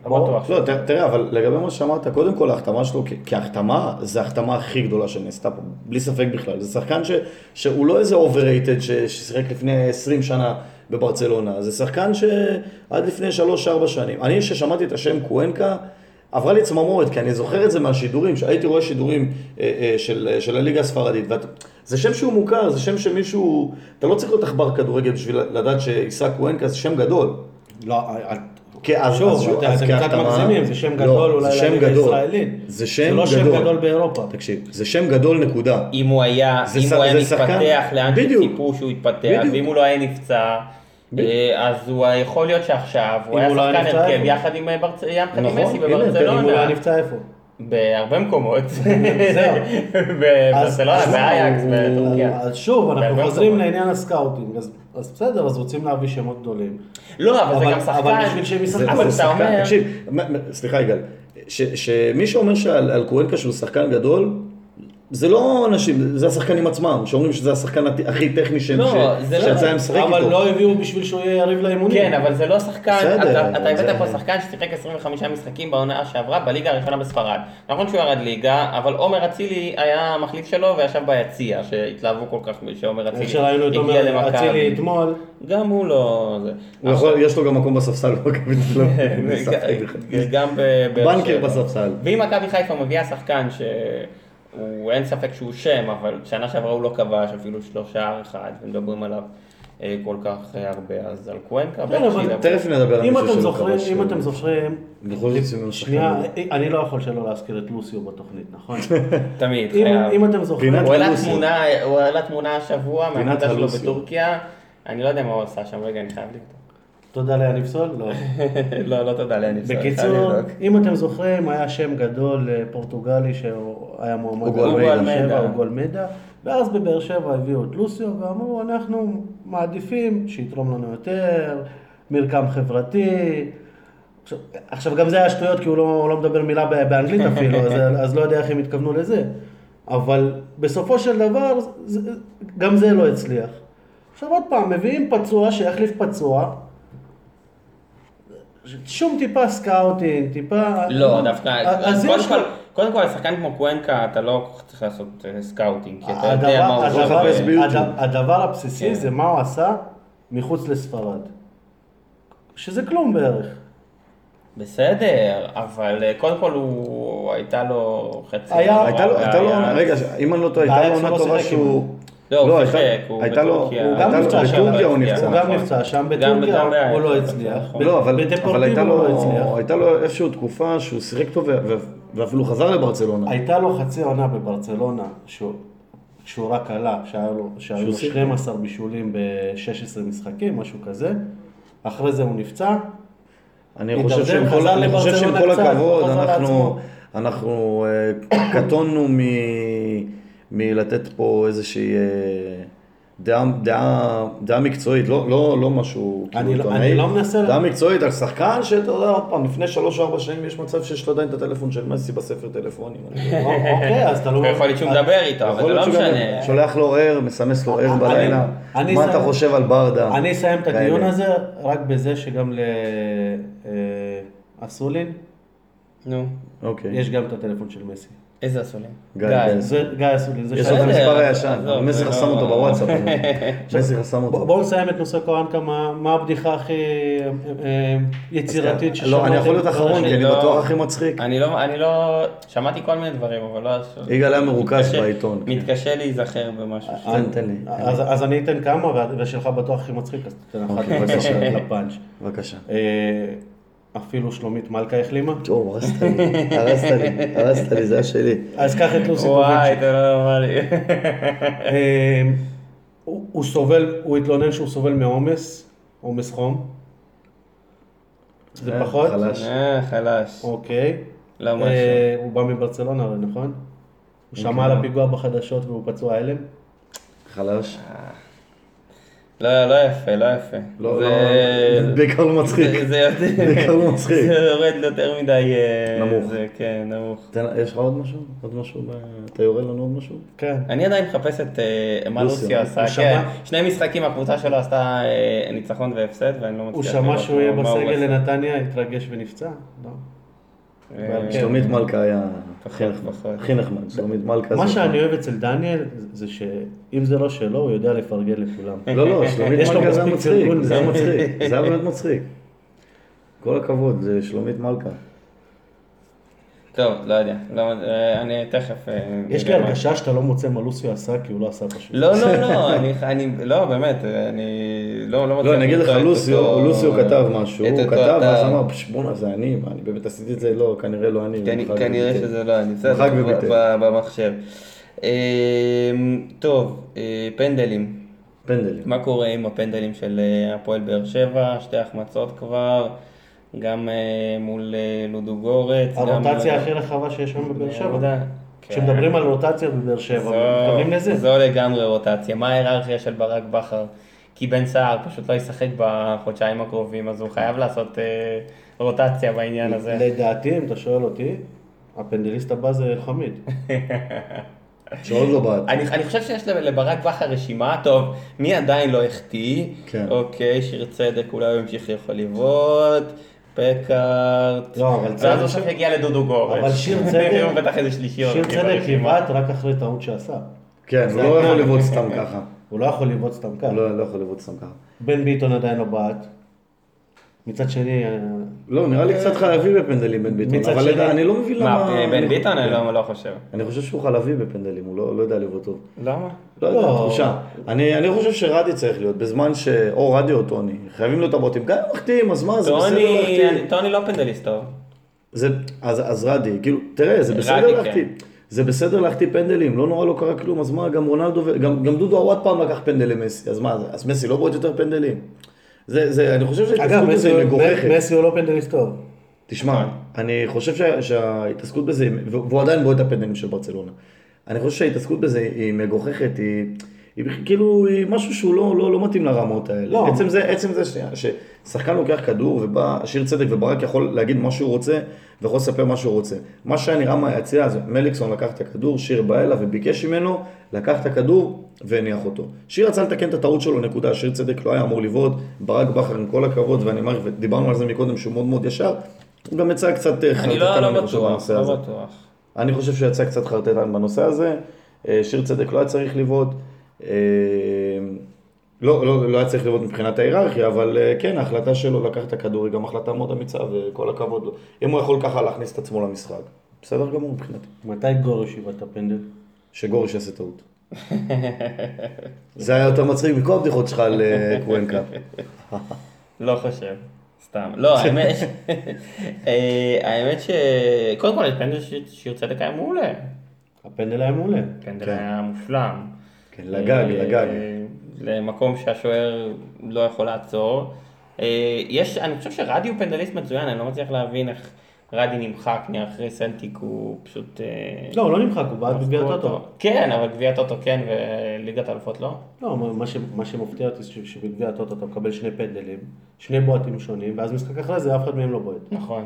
S2: אתה לא
S4: ברור.
S2: בטוח.
S3: לא, ת- תראה, אבל לגבי מה שאמרת, קודם כל ההחתמה שלו כ- כהחתמה, זה ההחתמה הכי גדולה שנעשתה פה, בלי ספק בכלל. זה שחקן ש- שהוא לא איזה overrated ש- ששיחק לפני 20 שנה בברצלונה, זה שחקן שעד לפני 3-4 שנים. אני, כששמעתי את השם קוונקה, עברה לי צמרמורת, כי אני זוכר את זה מהשידורים, שהייתי רואה שידורים אה, אה, של, אה, של הליגה הספרדית, ואתה... זה שם שהוא מוכר, זה שם שמישהו, אתה לא צריך להיות עכבר כדורגל בשביל לדעת שעיסק קוונקה זה שם גדול.
S4: לא, אה, אה,
S3: כן, אז- אז-
S4: שוב, אתה-
S3: אז
S4: אתם קצת
S3: כהחתמה-
S4: מגזימים, זה שם
S3: לא,
S4: גדול
S3: זה
S4: אולי
S3: שם
S4: לליגה
S3: גדול.
S4: הישראלית.
S3: זה שם
S4: לא
S3: גדול.
S4: שם גדול באירופה.
S3: תקשיב, זה שם גדול נקודה.
S2: אם הוא היה,
S3: זה
S2: אם
S3: ש-
S2: הוא היה
S3: זה שחקן-
S2: מתפתח לאן
S3: בדיוק.
S2: שציפו שהוא יתפתח,
S3: בדיוק.
S2: ואם הוא לא היה נפצע,
S3: בדיוק.
S2: אה, אז הוא יכול להיות שעכשיו, הוא
S4: אם
S2: היה
S4: הוא לא היה
S2: שחקן
S4: נפצע,
S2: הרכב
S4: איפה?
S2: יחד עם אה, ברצ- יחד עם
S3: נכון,
S2: מסי
S3: הנה,
S4: אם הוא לא היה
S2: בברצלונה,
S4: נפצע איפה?
S2: בהרבה מקומות,
S4: זהו. אז-
S2: בברצלונה,
S4: אז-
S2: באייקס,
S4: הוא-
S2: בטורקיה. לא
S4: אז שוב, אנחנו
S2: בהרבה
S4: חוזרים
S2: מקומות.
S4: לעניין הסקאוטינג, אז- אז בסדר, אז רוצים להביא שמות גדולים.
S2: לא, אבל זה
S4: אבל-
S2: גם שחקן,
S4: אבל בשביל שהם ישחקו,
S2: אבל
S3: זה
S2: אתה
S3: שחקן,
S2: אומר,
S3: תקשיב, מה- מה- סליחה יגאל, ש- שמי שאומר שעל על קוונקה שהוא שחקן גדול, זה לא אנשים, זה השחקנים עצמם, שאומרים שזה השחקן הת- הכי טכני שהם,
S2: לא,
S3: ש-
S2: זה לא-
S3: שיצא להם לשחק
S4: אבל
S3: איתו.
S4: לא הביאו בשביל שהוא יהיה יריב לאימונים.
S2: כן, אבל זה לא שחקן,
S3: בסדר,
S2: אתה-
S3: אבל
S2: אתה הבאת
S3: זה-
S2: פה שחקן ששיחק 25 משחקים בעונה שעברה בליגה הראשונה בספרד. נכון שהוא ירד ליגה, אבל עומר אצילי היה המחליף שלו וישב ביציע, שהתלהבו כל כך שעומר
S4: איך שראינו את
S2: אצילי הגיע
S4: עומר אצילי
S2: למכבי.
S4: אתמול, נכון,
S2: גם הוא לא... זה.
S3: הוא יכול, יש לו גם מקום בספסל, הוא מכבי תל אביב, הוא משחק בכלל.
S2: ג- גם ב...
S3: בנקר
S2: באר שבע.
S3: בספסל.
S2: ואם מכבי חיפה מביאה שחקן שהוא אין ספק שהוא שם, אבל שנה שעברה הוא לא כבש אפילו שלושה אחד, ומדברים עליו אה, כל כך אה, הרבה, אז על קוונקה.
S4: כן,
S2: בטח
S4: אבל
S2: שידבר.
S3: תכף נדבר על
S4: אם
S3: מישהו
S4: אתם
S3: שלא
S4: זוכרים,
S3: כבש. אה,
S4: אם אתם זוכרים,
S3: בכל זאת עשינו שחקן.
S4: שנייה, אני לא יכול שלא להזכיר את לוסיו בתוכנית, נכון?
S2: תמיד,
S4: אם-
S2: חייב.
S4: אם אתם זוכרים,
S3: פינת
S2: הוא העלה
S3: הלוסי.
S2: תמונה, הוא העלה תמונה השבוע
S3: פינת
S2: מהעבודה שלו
S3: הלוסי.
S2: בטורקיה, אני לא יודע מה הוא עשה שם, רגע, אני חייב לבדוק.
S4: תודה לאן יפסול, לא.
S2: לא, לא תודה לי, אני לא בסדר, חייב
S4: בקיצור,
S2: לבדוק.
S4: אם אתם זוכרים, היה שם גדול אה, פורטוגלי שהיה מועמד
S3: אוגו
S4: לבאר
S2: אלמידה.
S4: שבע, אוגו אלמידה, ואז בבאר שבע הביאו את לוסיו ואמרו, אנחנו מעדיפים שיתרום לנו יותר, מרקם חברתי. עכשיו- עכשיו, גם זה היה שטויות, כי הוא לא, הוא לא מדבר מילה ב- באנגלית אפילו, אז, אז לא יודע איך הם התכוונו לזה. אבל בסופו של דבר, זה, גם זה לא הצליח. עכשיו עוד פעם, מביאים פצוע שיחליף פצוע, שום טיפה סקאוטינג, טיפה...
S2: לא, דווקא,
S4: אז
S2: קודם
S4: יש
S2: כל-
S4: לו-
S2: קודם כל, שחקן כמו קוונקה, אתה לא כל כך צריך לעשות אה, סקאוטינג, כי אתה
S4: הדבר-
S2: יודע מה הוא
S4: הדבר-
S2: עושה.
S3: לחפש ביוטיוב.
S4: הד- הדבר הבסיסי
S2: כן.
S4: זה מה הוא עשה מחוץ לספרד. שזה כלום בערך.
S2: בסדר, אבל אה, קודם כל הוא, הייתה לו חצי...
S4: היה-
S2: עונה,
S3: הייתה לו, הייתה לו,
S2: היה-
S3: רגע, אם אני לא טועה,
S4: בארץ
S3: הייתה לו
S4: הוא
S3: עונה
S4: לא
S3: טובה
S4: שיחק
S3: שהוא...
S2: לא, הוא
S3: הייתה-
S2: שיחק, הוא
S3: הייתה לו,
S2: בטורקיה.
S3: הוא
S2: הוא
S4: גם
S3: הייתה לו-
S4: נפצע שם,
S3: בטורקיה הוא
S2: אבל
S3: נפצע.
S4: הוא
S2: נכון.
S4: גם נפצע שם,
S2: גם-
S4: בטורקיה
S2: גם
S4: הוא לא
S2: היה-
S4: הצליח.
S2: נכון.
S3: לא, אבל, אבל הייתה,
S4: בדפורטיבו הוא לא הצליח.
S3: לו, הייתה לו איפשהו תקופה שהוא שיחק טוב ו- ו- ואפילו חזר לברצלונה.
S4: הייתה לו חצי עונה בברצלונה, שהוא- כשהוא רק עלה, שהיה לו- שהיו לו
S3: שהוא שיחק.
S4: 12 בישולים ב-16 משחקים, משהו כזה. אחרי זה הוא נפצע.
S3: אני חושב
S4: הידרדר,
S3: שעם כל,
S4: חזר
S3: אני חושב שעם
S4: לברצלונה
S3: כל
S4: קצת,
S3: הכבוד,
S4: חזר
S3: אנחנו,
S4: לעצמו.
S3: אנחנו אה, קטונו מ, מלתת פה איזושהי אה, דעה, דעה, דעה מקצועית, לא, לא, לא משהו
S4: אני לא- אני לא מנסה-
S3: דעה מקצועית על שחקן שאתה יודע, עוד פעם, לפני שלוש-ארבע שנים יש מצב שיש לו עדיין את הטלפון של מסי בספר טלפונים. אני לא-
S4: אוקיי, אז אתה לא...
S2: יכול להיות שהוא מדבר איתו, אבל
S3: יכול
S2: זה
S3: להיות
S2: לא
S3: שהוא גם
S2: משנה.
S3: שולח לו ער, מסמס לו ער
S4: אני-
S3: בלילה,
S4: אני
S3: מה
S4: שם-
S3: אתה חושב על ברדה?
S4: אני אסיים את
S3: כאלה.
S4: הדיון הזה רק בזה שגם אה, לאסולין
S2: נו,
S3: אוקיי,
S4: יש גם את הטלפון של מסי.
S2: איזה אסולים.
S3: גיא,
S2: גיא.
S3: גיא.
S4: זה גיא אסולין, זה
S3: יש
S4: שם.
S3: לו
S2: בסדר,
S3: את המספר
S2: אבל-
S3: הישן,
S2: עזוב,
S3: מסי
S2: זה
S3: חסם
S2: לא-
S3: אותו בוואטסאפ, מסי חסם אותו.
S4: בואו נסיים את נושא קוהנקה, מה מה הבדיחה הכי אה, אה, יצירתית אה,
S3: לא, אני יכול להיות אחרון, כי אני
S2: לא.
S3: בטוח הכי מצחיק.
S2: אני לא, אני לא, שמעתי כל מיני דברים, אבל לא...
S3: יגאל היה מרוכז
S2: מתקשה-
S3: בעיתון. כן. אה,
S2: מתקשה להיזכר במשהו.
S3: תן, תן לי.
S4: אז אז אני אתן כמה, וה- ושלך בטוח הכי מצחיק, אז תתן אחת
S3: אוקיי, בבקשה.
S4: לפאנץ'.
S3: בבקשה.
S4: אה, אפילו שלומית מלכה החלימה.
S3: טוב, הרסת לי, הרסת לי, הרסת לי, זה היה שלי.
S4: אז קח את לוסי
S2: וואי, אתה לא נורמלי.
S4: אה, הוא הוא סובל, הוא התלונן שהוא סובל מעומס, עומס חום. זה
S3: אה,
S4: פחות?
S3: חלש.
S2: אה, חלש.
S4: אוקיי.
S2: לא
S4: אה,
S2: משהו.
S4: הוא בא מברצלונה, הרי, נכון?
S2: אוקיי.
S4: הוא שמע על הפיגוע בחדשות והוא פצוע הלם.
S3: חלש.
S2: לא, לא יפה, לא יפה.
S3: לא,
S2: זה-
S3: לא, בעיקר לא מצחיק.
S2: זה- זה יותר-
S3: בעיקר לא מצחיק.
S2: זה יורד יותר מדי... אה,
S3: נמוך.
S2: זה, כן, נמוך.
S3: תן, יש לך עוד משהו? עוד משהו? ב- אתה יורה לנו עוד משהו?
S4: כן.
S2: אני עדיין מחפש את אה, מה
S3: לוסיו.
S2: לוסיו עשה,
S4: הוא
S2: כן.
S4: שמע-
S2: שני משחקים הקבוצה שלו עשתה אה, ניצחון והפסד, ואני לא מצליח...
S4: הוא שמע
S2: לראות
S4: שהוא יהיה
S2: מה- מה הוא
S4: בסגל
S2: עשה.
S4: לנתניה, התרגש ונפצע? לא.
S2: אה,
S3: שלומית מלכה היה הכי
S2: פחות,
S3: נחמד.
S2: פחות.
S3: הכי נחמד, שלומית מלכה.
S4: מה
S3: זה-
S4: שאני אוהב אצל דניאל, זה שאם זה לא שלו, הוא יודע לפרגן לכולם.
S3: לא,
S2: אה,
S3: לא, שלומית
S4: יש לו
S3: מלכה זה היה
S4: מספיק
S3: מצחיק,
S4: פרגון.
S3: זה היה מצחיק, זה היה באמת מצחיק. כל הכבוד, זה שלומית מלכה.
S2: טוב, לא יודע, לא, אה, אני תכף... אה,
S4: יש לי
S2: נראה מה-
S4: הרגשה שאתה לא מוצא מה לוסיו עשה, כי הוא לא עשה פשוט.
S2: לא, לא, לא, אני, אני, לא, באמת, אני לא, לא מצליח...
S3: לא, אני אגיד לך,
S2: למצוא את
S3: לוסיו,
S2: אותו-
S3: לוסיו כתב משהו,
S2: את
S3: הוא
S2: אותו
S3: כתב,
S2: אתר.
S3: ואז אמר, "פש, בואנה, זה אני, מה, אני באמת עשיתי את זה, לא, כנראה לא אני.
S2: כנ-
S3: הוא מחק
S2: כנראה
S3: וביטל.
S2: שזה לא, אני בסדר,
S3: מחק וביטל.
S2: ב- ב- במחשב. אמ, טוב, אה, פנדלים.
S3: פנדלים.
S2: מה קורה עם הפנדלים של אה, הפועל באר שבע? שתי החמצות כבר, גם אה, מול אה, לודו גורץ. גם- אה, לא.
S4: הרוטציה הכי רחבה שיש היום בבאר שבע.
S2: יהודה.
S4: כשמדברים על רוטציה בבאר שבע,
S2: כן. זו-
S4: מתכוונים לזה.
S2: זו לגמרי רוטציה. מה ההיררכיה של ברק בכר? כי בן סער פשוט לא ישחק בחודשיים הקרובים, אז הוא חייב לעשות אה, רוטציה בעניין הזה.
S4: לדעתי, אם אתה שואל אותי, הפנדליסט הבא זה אלחמיד.
S3: שעוד לא בעט.
S2: אני, אני חושב שיש לברק בכר רשימה, טוב, מי עדיין לא החטיא?
S3: כן.
S2: אוקיי, שיר צדק אולי הוא ימשיך יכול לבעוט, פקארט.
S3: לא, אבל
S2: ואז
S3: צדק-
S2: בסוף יגיע לדודו גורש.
S4: אבל שיר צדק-
S2: הוא בטח איזה שלישי. כאילו. או
S4: שיר
S2: רביעי
S4: צדק
S2: ברשימה.
S4: לבעט רק אחרי טעות שעשה.
S3: כן, הוא לא יכול לבעוט סתם ככה.
S4: הוא לא יכול לבעוט סתם ככה.
S3: הוא לא לא יכול לבעוט סתם ככה.
S4: בן ביטון עדיין לא בעט. מצד שני, אה,
S3: לא, נראה לי קצת חלבי בפנדלים בן ביטון,
S4: מצד
S3: אבל
S4: שני-
S3: אני לא מבין
S2: מה,
S3: למה...
S2: בן ביטון? אני לא לא חושב.
S3: אני חושב שהוא חלבי בפנדלים, הוא לא לא יודע לבעוט טוב.
S2: למה?
S3: לא יודע,
S4: לא.
S3: תחושה. אני, אני חושב שרדי צריך להיות, בזמן ש... או רדי או טוני, חייבים לו את הבוטים. גם אם מחטיאים, אז מה, זה בסדר
S2: טוני,
S3: להחטיא.
S2: טוני לא פנדליסט טוב.
S3: זה, אז, אז רדי, כאילו, תראה, זה
S2: רדי,
S3: בסדר
S2: כן.
S3: להחטיא. זה בסדר להחטיא פנדלים, לא נורא לא קרה כלום, אז מה, גם רונלדו, ו- גם, גם דודו עווד פעם לקח פנדל למסי, אז מה, אז מסי לא בועט יותר פנדלים? זה, זה, אני חושב
S4: אגב,
S3: שההתעסקות
S4: מסי
S3: בזה היא
S4: הוא-
S3: מגוחכת.
S4: מסי הוא לא פנדליסט טוב.
S3: תשמע, אני חושב שה- שההתעסקות בזה, היא- והוא והוא עדיין בועט את הפנדלים של ברצלונה. אני חושב שההתעסקות בזה היא מגוחכת, היא, היא בכ- כאילו, היא משהו שהוא לא, לא, לא מתאים לרמות האלה.
S4: לא.
S3: עצם זה, עצם זה ש, ששחקן לוקח כדור ובא שיר צדק וברק יכול להגיד מה שהוא רוצה ויכול לספר מה שהוא רוצה. מה שהיה נראה מהיציע, אז מליקסון לקח את הכדור, שיר בא אליו וביקש ממנו, לקח את הכדור והניח אותו. שיר רצה לתקן את הטעות שלו, נקודה, שיר צדק לא היה אמור לבעוט, ברק בכר עם כל הכבוד, ואני מעריך, ודיברנו על זה מקודם שהוא מאוד מאוד ישר, הוא גם יצא קצת אה,
S2: אני לא
S3: חרטטן,
S2: לא
S3: חושב,
S2: בטוח,
S3: בנושא
S2: לא
S3: הזה.
S2: בטוח.
S3: אני חושב שיצא קצת חרטטן בנושא הזה, אה, שיר צדק לא היה צריך לבעוט, אה, לא, לא, לא היה צריך לבעוט מבחינת ההיררכיה, אבל אה, כן, ההחלטה שלו לקח את הכדור היא גם החלטה מאוד אמיצה, וכל הכבוד לו. אם הוא יכול ככה להכניס את עצמו למשחק, בסדר גמור מבחינתי.
S4: מתי גורש יבעט את הפנדל?
S3: שגורש יעשה טעות. זה היה יותר מצחיק מכל הבדיחות שלך על אה, קוונקה.
S2: לא חושב, סתם. לא, האמת, אה, האמת ש... קודם כל, הפנדל ש- שיר צדק היה מעולה.
S4: הפנדל היה מעולה.
S2: הפנדל
S3: כן.
S2: היה מופלם.
S3: כן, לגג,
S2: אה,
S3: לגג.
S2: אה, למקום שהשוער לא יכול לעצור. אה, יש, אני חושב שרדי הוא פנדליסט מצוין, אני לא מצליח להבין איך רדי נמחק נהיה אחרי סלטיק, הוא פשוט... אה,
S4: לא, הוא לא נמחק, הוא בעט
S2: מחקו
S4: בגביע
S2: אותו.
S4: הטוטו.
S2: כן, אבל גביע הטוטו כן, וליגת האלופות לא.
S4: לא, מה- מה ש- מה שמפתיע אותי זה ש- שבגביע הטוטו אתה מקבל שני פנדלים, שני בועטים שונים, ואז משחק אחרי זה אף אחד מהם לא בועט.
S2: נכון.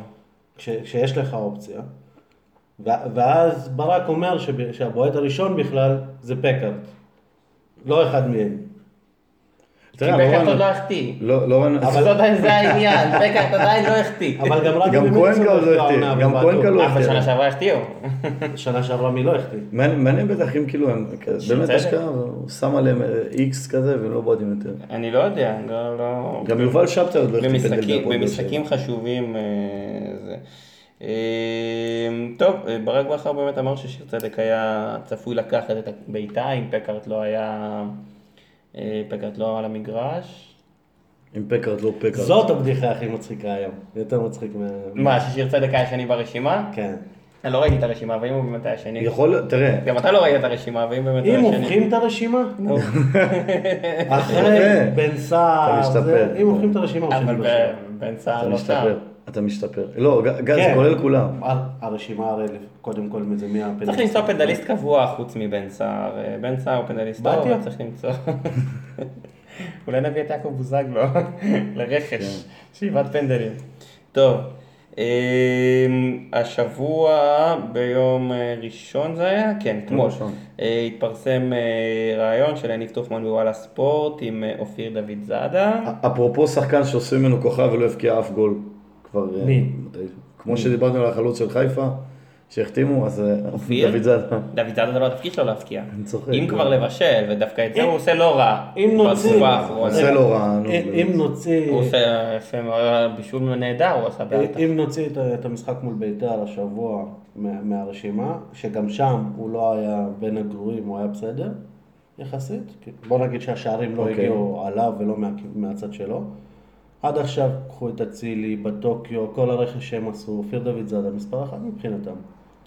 S4: כש- כשיש לך אופציה. ו- ואז ברק אומר שב- שהבועט הראשון בכלל זה פקארט. לא אחד מהם.
S2: כי
S3: תראה, לא
S2: בקארט עוד
S3: ראינו-
S2: לא החטיא.
S3: לא לא ראינו...
S2: אבל עדיין זה העניין, בקארט עדיין לא החטיא.
S4: אבל גם רק
S3: גם
S4: במילסון
S3: כהן
S4: הלכה
S3: לא החטיא,
S4: העונה
S3: גם
S4: ובעטו.
S3: כהן לא
S2: אבל
S3: החטיא.
S2: שנה שעברה החטיאו.
S4: שנה שעברה מי לא החטיא.
S3: מעניין מעניין בטח אם כאילו הם
S2: של
S3: באמת
S2: צדק.
S3: השקעה, הוא שם עליהם איקס כזה והם לא בועדים יותר.
S2: אני לא יודע, לא... לא...
S3: גם יובל שבתאי עוד לא החטיא פנדל
S2: במשחקים-
S3: בהפועל באר שבע.
S2: במשחקים חשובים אה, זה. אה, טוב, אה, ברק בכר באמת אמר ששיר צדק היה צפוי לקחת את הבעיטה, אם פקארט לא היה... אה, פקארט לא על המגרש.
S3: עם פקארד לא פקארד.
S4: זאת הבדיחה הכי מצחיקה היום. יותר מצחיק מה...
S2: מה, ששיר צדק היה שני ברשימה?
S4: כן.
S2: אני לא ראיתי את הרשימה, ואם הוא באמת היה שני?
S3: יכול, תראה,
S2: גם אתה לא ראית את הרשימה, ואם באמת הוא
S4: אם
S2: היה שני?
S4: הופכים את הרשימה,
S2: נו.
S4: אחרי בן סער,
S3: אתה
S4: זה-
S3: משתפר.
S4: אם הופכים את הרשימה, הופכים את
S2: אבל
S4: הרשימה.
S2: ב- בן סער
S3: אתה
S2: לא שם.
S3: משתפר, אתה משתפר. לא, ג- גז
S4: כן.
S3: כולל כולם.
S4: הר- הרשימה הרי קודם כל זה מי הפנדליסט.
S2: לא צריך למצוא פנדליסט קבוע חוץ מבן סער. אה, בן סער הוא פנדליסט טוב,
S4: בתיה?
S2: אבל צריך למצוא. אולי נביא את יעקב בוזגלו לרכש,
S3: כן.
S2: שבעת פנדלים. טוב, אמ, השבוע ביום אה, ראשון זה היה? כן, אתמול.
S3: ראשון.
S2: אה, התפרסם אה, ראיון של יניב טוחמן בוואלה ספורט עם אה, אופיר דוד זאדה.
S3: אה. אפרופו שחקן שעושים ממנו כוכב ולא הבקיע אף גול. כבר... אה,
S4: מי?
S3: מתי- כמו שדיברנו על החלוץ של חיפה, שהחתימו, אז אה,
S2: אופיר?
S3: דוד זאדה.
S2: דוד זאדה זה לא התפקיד שלו להבקיע.
S3: אני צוחק,
S2: אם
S3: לא.
S2: כבר לבשל, ודווקא את זה
S4: אם-
S2: הוא עושה לא רע.
S4: אם נוציא- אה,
S2: בתקופה האחרונה.
S3: זה לא רע. נו,
S4: אם- אם נוציא... אה,
S2: הוא עושה יפה מאוד, בישול נהדר הוא עשה בעטה.
S4: אם נוציא את, את המשחק מול ביתר השבוע מה, מהרשימה, שגם שם הוא לא היה בין הגרועים, הוא היה בסדר, יחסית. כי בוא נגיד שהשערים לא okay.
S3: אוקיי.
S4: הגיעו עליו ולא מה, מהצד שלו. עד עכשיו קחו את אצילי, בטוקיו, כל הרכש שהם עשו, אופיר דוד זאדה מספר אחת מבחינתם.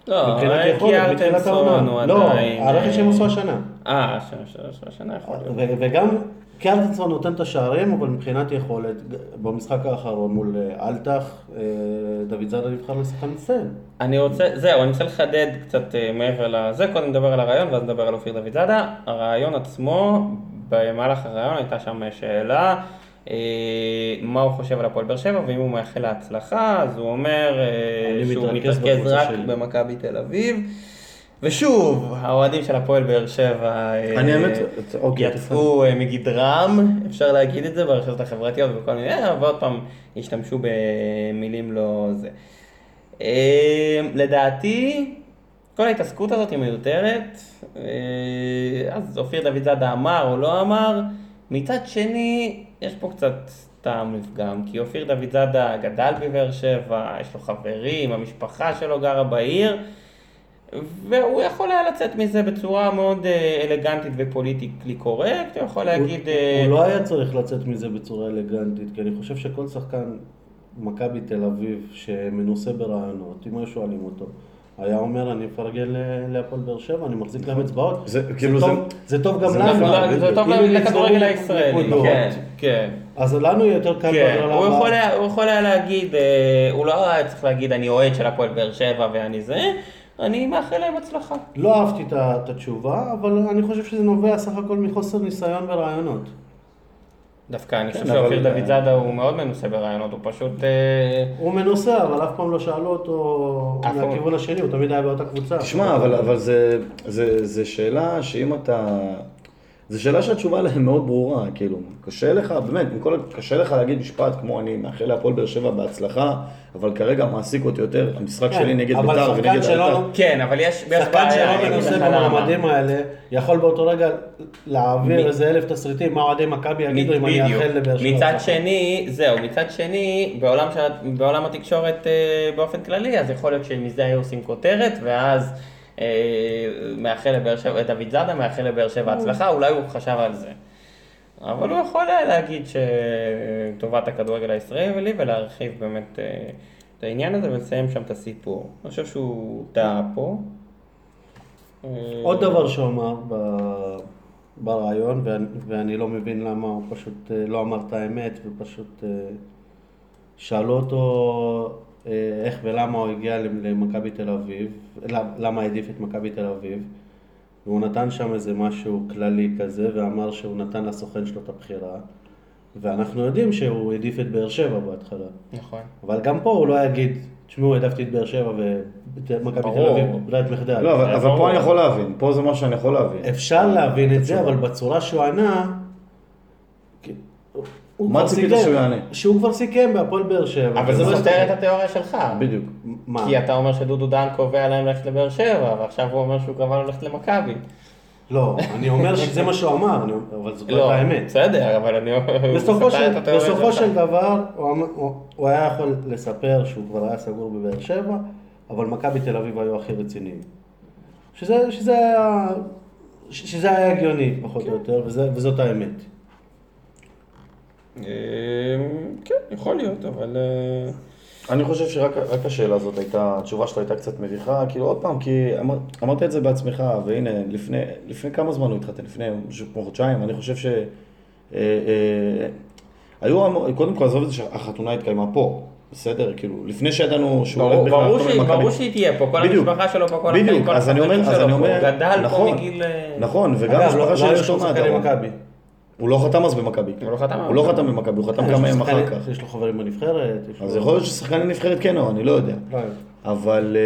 S2: לא,
S4: מבחינת
S2: אה,
S4: יכולת,
S2: כי
S4: מבחינת
S2: ארטנסון
S4: העונה.
S2: הוא
S4: לא,
S2: עדיין...
S4: הרכש שהם עשו השנה.
S2: אה, שנה- שנה- שנה- שנה יכול להיות.
S4: ו- וגם קרטנסון נותן את השערים, אבל מבחינת יכולת, במשחק האחרון מול אה, אלטח, אה, דוד זאדה נבחר לשחקן מצטיין.
S2: אני רוצה, זהו, אני רוצה לחדד קצת אה, מעבר לזה, קודם נדבר על הרעיון ואז נדבר על אופיר דוד זאדה. הרעיון עצמו, במהלך הרעיון הייתה שם שאלה, אה, מה הוא חושב על הפועל באר שבע, ואם הוא מאחל להצלחה, אז הוא אומר אה,
S4: אני
S2: שהוא מתרכז
S4: מתרכז בקבוצה
S2: רק
S4: שלי.
S2: במכבי תל אביב. ושוב, האוהדים של הפועל באר שבע אה,
S3: אני האמת, אוקיי,
S2: יצאו אה, מגדרם, אפשר להגיד את זה, ברשתות החברתיות וכל מיני, אה, ועוד פעם השתמשו במילים לא זה. אה, לדעתי, כל ההתעסקות הזאת היא מיותרת. אה, אז אופיר דוד זאדה אמר או לא אמר. מצד שני, יש פה קצת טעם לפגם, כי אופיר דוד זאדה גדל בבאר שבע, יש לו חברים, המשפחה שלו גרה בעיר. והוא יכול היה לצאת מזה בצורה מאוד אה, אלגנטית ופוליטיקלי קורקט, הוא יכול להגיד... אה,
S4: הוא לא היה צריך לצאת מזה בצורה אלגנטית, כי אני חושב שכל שחקן מכבי תל אביב שמנוסה ברעיונות, אם היו שואלים אותו, היה אומר, אני מפרגן ל- להפועל באר שבע, אני מחזיק להם אצבעות.
S3: זה- כאילו זה-
S4: טוב- זה טוב גם
S3: זה
S4: לנו.
S3: נכון,
S2: זה טוב
S4: אם יצברו
S2: לכדורגל
S4: לי
S2: הישראלי,
S4: נקודות,
S2: כן, כן.
S4: אז לנו יהיה יותר
S2: כן,
S4: קל
S2: הוא
S4: בהגרלה הבאה.
S2: יכול היה- הוא יכול היה להגיד, אה, הוא לא היה צריך להגיד אני אוהד של הפועל באר שבע ואני זה, אני מאחל להם הצלחה.
S4: לא אהבתי את ה- את התשובה, אבל אני חושב שזה נובע סך הכל מחוסר ניסיון ברעיונות.
S2: דווקא
S4: כן,
S2: אני חושב
S3: אבל-
S2: שאופיר
S4: אה,
S2: דוד זאדה הוא מאוד מנוסה ברעיונות, הוא פשוט... אה,
S4: הוא מנוסה, אבל אף פעם לא שאלו אותו
S2: אף פעם.
S4: מהכיוון השני, הוא תמיד היה באותה קבוצה.
S3: תשמע, אבל, אבל זה, זה, זה שאלה שאם אתה... זו שאלה שהתשובה עליהם מאוד ברורה, כאילו, קשה לך, באמת, עם כל, ה- קשה לך להגיד משפט כמו אני מאחל להפועל באר שבע בהצלחה, אבל כרגע מעסיק אותי יותר המשחק
S4: כן,
S3: שלי נגד
S4: אבל
S3: בית"ר
S4: שחקן
S3: ונגד
S4: שלנו-
S3: בית"ר.
S2: כן, אבל יש... יש
S4: שחקן
S2: בעיה,
S4: שלא
S2: אני אגיד
S4: מנוסה
S2: לך למה.
S4: במועמדים האלה, יכול באותו רגע להעביר איזה אלף תסריטים, מה אוהדי מכבי יגידו אם אני
S2: בדיוק.
S4: אאחל לבאר שבע.
S2: מצד
S4: הצלחה.
S2: שני, זהו, מצד שני, בעולם, שה- בעולם התקשורת אה, באופן כללי, אז יכול להיות שמזה היו עושים כותרת, ואז אה, מאחל לבאר שבע, אה, דוד זאדה מאחל לבאר שבע הצלחה, אולי הוא חשב על זה. אבל הוא יכול היה להגיד שטובת הכדורגל הישראלי ולהרחיב באמת אה, את העניין הזה ולסיים שם את הסיפור. אני חושב שהוא טעה פה. אה,
S4: עוד דבר שהוא אמר ב- ברעיון, ואני- ואני לא מבין למה הוא פשוט אה, לא אמר את האמת, ופשוט אה, שאלו אותו אה, איך ולמה הוא הגיע למ- למכבי תל אביב, למ- למה העדיף את מכבי תל אביב, והוא נתן שם איזה משהו כללי כזה, ואמר שהוא נתן לסוכן שלו את הבחירה, ואנחנו יודעים שהוא העדיף את באר שבע בהתחלה.
S2: נכון.
S4: אבל גם פה הוא לא יגיד, תשמעו, העדפתי את באר שבע ומכבי תל
S2: ברור.
S4: אביב, ברירת מחדל.
S3: לא, אבל, אבל
S2: ברור.
S3: פה אני יכול להבין, פה זה מה שאני יכול להבין.
S4: אפשר להבין את זה, אבל בצורה שהוא ענה... כי- הוא
S3: מה
S4: כבר
S3: ציפית
S4: סיכם-
S3: שהוא יענה?
S4: שהוא כבר סיכם בהפועל באר שבע.
S2: אבל זה
S4: וזה-
S2: סותר את התיאוריה שלך.
S3: בדיוק.
S4: מה?
S2: כי אתה אומר שדודו דן קובע להם ללכת לבאר שבע, ועכשיו הוא אומר שהוא קבע לו ללכת למכבי.
S4: לא, אני אומר שזה מה שהוא אמר, אני אומר, אבל זאת לא
S2: לא,
S4: האמת.
S2: בסדר, אבל אני אומר...
S4: בסופו של- בסופו של דבר, הוא אמר- הוא- הוא היה יכול לספר שהוא כבר היה סגור בבאר שבע, אבל מכבי תל אביב היו הכי רציניים. שזה שזה היה... ש- שזה היה הגיוני,
S3: כן.
S4: פחות או יותר, וזה- וזאת האמת.
S2: כן, יכול להיות, אבל... אה,
S3: אני חושב שרק רק השאלה הזאת הייתה, התשובה שלו הייתה קצת מביכה, כאילו עוד פעם, כי אמר, אמרת את זה בעצמך, והנה, לפני, לפני כמה זמן הוא התחתן? לפני משהו כמו חודשיים, אני חושב ש... אה, אה, היו, אמור- קודם כל עזוב את זה שהחתונה התקיימה פה, בסדר? כאילו, לפני שידענו שהוא
S2: ברור- ברור
S3: לחתום
S2: שהיא-
S3: במכבי.
S2: ברור שהיא תהיה פה, כל
S3: בדיוק.
S2: המשפחה שלו פה, כל החיים,
S3: בדיוק,
S2: כל
S3: אז אני אומר,
S2: החברים
S3: אז
S2: שלו
S3: אני
S2: פה,
S3: אומר,
S2: הוא גדל פה
S3: נכון,
S2: מגיל, אה,
S3: נכון, וגם
S4: אגב, לא-
S3: המשפחה
S4: לא
S3: שלו
S4: היה
S3: יש לו
S4: שום
S3: מה,
S4: שחקן
S3: אתה אומר.
S4: למכבי.
S3: הוא לא חתם אז במכבי.
S2: הוא לא חתם
S3: הוא לא חתם במכבי, הוא חתם כמה ימים אחר כך.
S4: יש לו חברים בנבחרת. יש
S3: אז
S4: לו-
S3: יכול להיות ששחקן הנבחרת כן או, אני לא יודע.
S4: לא יודע.
S3: אבל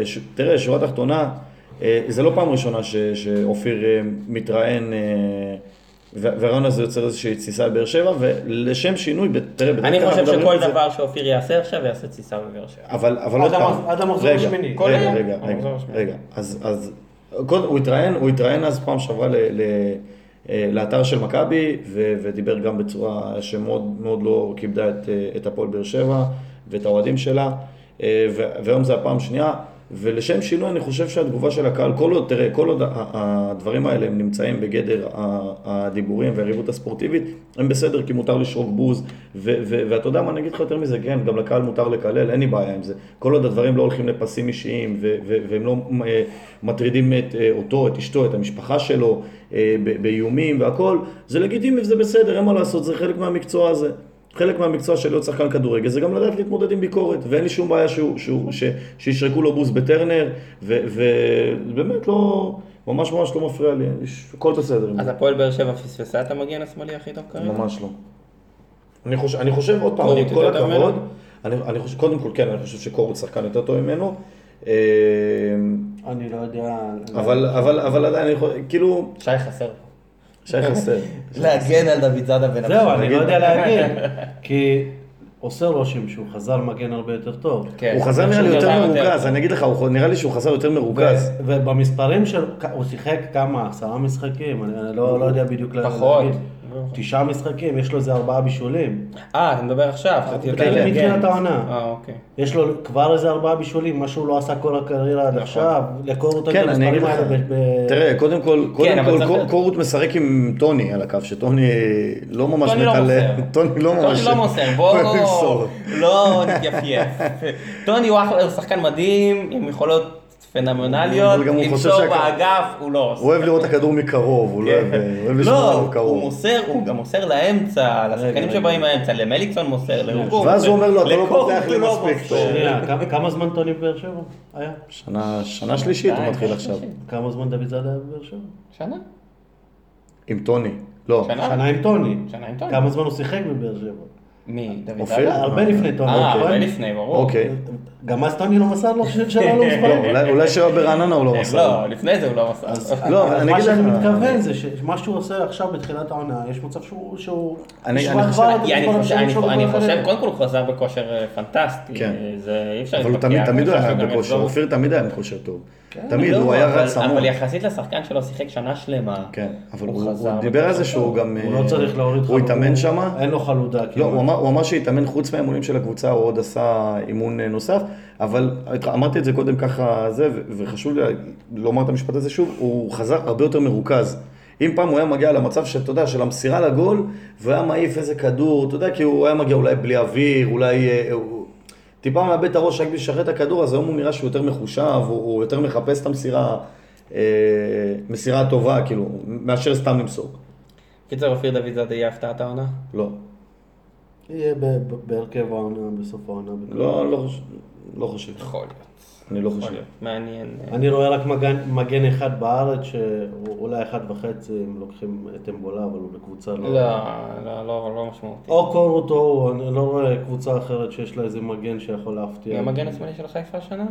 S3: אה, ש... תראה, שורה תחתונה, אה, זה לא פעם ראשונה ש... שאופיר אה, מתראיין, אה, וה- והרעיון הזה יוצר איזושהי תסיסה בבאר שבע, ולשם שינוי, ב- תראה, בדרך
S2: אני
S3: כלל
S2: חושב
S3: אנחנו מדברים
S2: שכל
S3: על זה-
S2: דבר שאופיר יעשה עכשיו, יעשה תסיסה בבאר שבע.
S3: אבל, אבל
S4: עד
S3: עוד פעם,
S4: המח- עד המחזור
S3: רגע,
S4: השמיני.
S2: כל
S3: רגע,
S2: היום.
S3: רגע, רגע,
S2: המחזור השמיני.
S3: רגע, אז, אז קוד, הוא התראיין, הוא התראיין אז פעם שעברה ל, ל, אה, לאתר של מכבי, ו, ודיבר גם בצורה שמאוד מאוד לא כיבדה את, אה, את הפועל באר שבע ואת האוהדים שלה, אה, ו, והיום זה הפעם השנייה, ולשם שינוי אני חושב שהתגובה של הקהל, כל עוד, תראה, כל עוד ה- ה- הדברים האלה הם נמצאים בגדר ה- הדיבורים והיריבות הספורטיבית, הם בסדר, כי מותר לשרוק בוז, ו- ו- ואתה יודע מה, אני אגיד לך יותר מזה, כן, גם לקהל מותר לקלל, אין לי בעיה עם זה. כל עוד הדברים לא הולכים לפסים אישיים, ו- ו- והם לא אה, מטרידים את אה, אותו, את אשתו, את המשפחה שלו, אה, ב- באיומים והכול, זה לגיטימי וזה בסדר, אין מה לעשות, זה חלק מהמקצוע הזה. חלק מהמקצוע של להיות שחקן כדורגל זה גם לדעת להתמודד עם ביקורת, ואין לי שום בעיה שהוא, שהוא, ש, שישרקו לו בוז בטרנר, ובאמת לא, ממש ממש לא מפריע לי, יש- הכל בסדר. עם
S2: אז
S3: זה.
S2: הפועל באר שבע פספסה את המגן השמאלי הכי טוב כרגע?
S3: ממש לא. אני חושב, אני חושב עוד פעם,
S2: קורות
S3: עם כל
S2: יותר טוב
S3: הכבוד,
S2: ממנו?
S3: אני, אני חושב, קודם כל כן, אני חושב שקורות שחקן יותר טוב ממנו. אה,
S4: אני לא יודע...
S3: אבל, אבל, אבל עדיין, אני יכול, כאילו,
S1: שי חסר פה.
S3: שי חסר.
S1: להגן על דוד זאדה בן
S4: זהו,
S1: הבשור.
S4: אני לא
S3: נגיד.
S4: יודע להגיד. כי עושה רושם שהוא חזר מגן הרבה יותר טוב.
S2: כן.
S3: הוא חזר נראה לי
S2: שהוא
S3: יותר
S2: חזר
S3: מרוכז, אני אגיד לך, הוא- נראה לי שהוא חזר יותר מרוכז.
S4: ו- ובמספרים של... הוא שיחק כמה? עשרה משחקים? אני אני לא לא יודע בדיוק לה-
S2: פחות.
S4: להגיד.
S3: לא
S4: תשעה משחקים, יש לו איזה ארבעה בישולים.
S2: אה, אתה מדבר עכשיו, חשבתי
S4: כן,
S2: להגן.
S4: מתחילת העונה.
S2: אה, אוקיי.
S4: יש לו כבר איזה ארבעה בישולים, מה שהוא לא עשה כל הקריירה עד עכשיו, לקרוא
S2: לא
S4: אותו את
S3: נכון. כן, אני אגיד
S4: המספרים
S3: לך.
S4: האלה ב... ב-
S3: תראה, קודם כל,
S2: כן,
S3: קודם
S2: אבל
S3: כל,
S2: צריך-
S3: קור- קורות משחק עם טוני על הקו, שטוני לא ממש
S2: טוני
S3: מת
S2: לא
S3: על...
S2: מוסר.
S3: טוני לא ממש...
S2: טוני לא מוסר,
S3: הוא ימסור.
S2: בואו לא נתייפייף. טוני הוא אחלה, הוא שחקן מדהים, עם יכולות פנומנליות,
S3: אבל גם הוא חושב
S2: למסור
S3: שהכ-
S2: באגף, הוא לא
S3: הוא
S2: עושה.
S3: אוהב לראות את הכדור מקרוב, הוא לא אוהב הוא אוהב לשמור
S2: לא,
S3: עליו
S2: הוא
S3: קרוב.
S2: מוסר, הוא גם מוסר לאמצע, לשחקנים
S4: רגע.
S2: שבאים מהאמצע, למליקסון מוסר, לאורגור.
S3: ואז הוא אומר לו, אתה לא
S2: לקורט
S3: פותח לי
S2: הוא לא
S3: מספיק
S2: מוסר.
S3: טוב.
S4: שנייה, כמה- כמה זמן טוני בבאר שבע היה?
S3: שנה- שנה שלישית הוא מתחיל עכשיו,
S4: כמה זמן דוד זאדה היה בבאר שבע?
S2: שנה?
S3: עם טוני. לא,
S2: שנה?
S4: שנה אוקיי. עם טוני.
S2: שנה עם טוני.
S4: כמה זמן הוא שיחק בבאר שבע?
S2: מי? דוד
S3: אופיר?
S2: זאדה?
S4: הרבה לפני טוני.
S2: אה,
S4: נכון?
S2: הרבה לפני, ברור.
S3: אוקיי.
S4: גם אז טוני לא מסר לו של שלום
S3: לא,
S4: למספרים.
S3: אולי- אולי שהיה ברעננה הוא לא
S2: אה,
S3: מסר.
S2: לא, לפני זה הוא לא מסר.
S3: לא, אבל
S4: אז
S3: אני
S4: מה
S3: אגיד
S4: שאני
S3: לך-
S4: מתכוון זה שמה שהוא עושה עכשיו בתחילת העונה, יש מצב שהוא... שהוא-
S3: אני-
S4: שהוא
S3: אני
S4: עבר
S3: חושב-
S4: את
S2: אני- אני
S4: כל
S2: חושב-
S4: הקשיים
S2: אני-
S4: שלו בכל
S2: אני חושב,
S4: הקריירה.
S2: קודם כל הוא חזר בכושר אה, פנטסטי.
S3: כן.
S2: אה, זה אי אפשר
S3: אבל הוא
S2: להתווכח.
S3: תמיד,
S2: אני
S3: תמיד הוא
S2: חושב
S3: היה
S2: שהוא גם
S3: בכושר,
S2: יחזור.
S3: אופיר תמיד היה בכושר טוב.
S4: כן,
S3: תמיד,
S2: לא,
S3: הוא היה
S2: אבל-
S3: רץ המון.
S2: אבל יחסית לשחקן שלו שיחק שנה שלמה.
S3: כן, אבל
S2: הוא
S3: הוא
S2: חזר
S3: הוא דיבר על זה
S2: בכושר
S3: שהוא
S2: טוב.
S3: גם...
S4: הוא
S3: אה,
S4: לא צריך להוריד
S3: הוא
S4: חלודה.
S3: התאמן שמה?
S4: אין לו חלודה.
S3: לא,
S4: כאילו.
S3: הוא אמר, הוא אמר שהתאמן חוץ מהאימונים של הקבוצה, הוא עוד עשה אימון אה, נוסף, אבל אמרתי את זה קודם ככה, זה, ו- וחשוב לי לומר את המשפט הזה שוב, הוא חזר הרבה יותר מרוכז. אם פעם הוא היה מגיע למצב שאתה יודע, של המסירה לגול, והוא היה מעיף איזה כדור, אתה יודע, כי הוא היה מגיע אולי בלי אוויר, אולי... אה, הוא- טיפה מאבד את הראש רק בשביל לשחרר את הכדור, אז היום הוא נראה שהוא יותר מחושב, הוא, הוא יותר מחפש את המסירה, אה, מסירה הטובה, כאילו, מאשר סתם למסור.
S2: קיצר, אופיר דוד זאדה יהיה הפתעת העונה?
S3: לא.
S4: יהיה ב- ב- בהרכב העונה, בסוף העונה.
S3: לא, לא חושב. לא חושב.
S2: יכול להיות.
S3: אני לא
S2: נכון. יכול
S3: חושב.
S2: להיות. מעניין. אה,
S4: אני רואה רק מגן- מגן אחד בארץ, שהוא אולי אחד וחצי, אם לוקחים את אמבולה, אבל הוא בקבוצה
S2: לא, לא, לא לא משמעותי.
S4: או קורות או, אני לא רואה קבוצה אחרת שיש לה איזה מגן שיכול להפתיע.
S2: מי המגן השמאלי של חיפה השנה?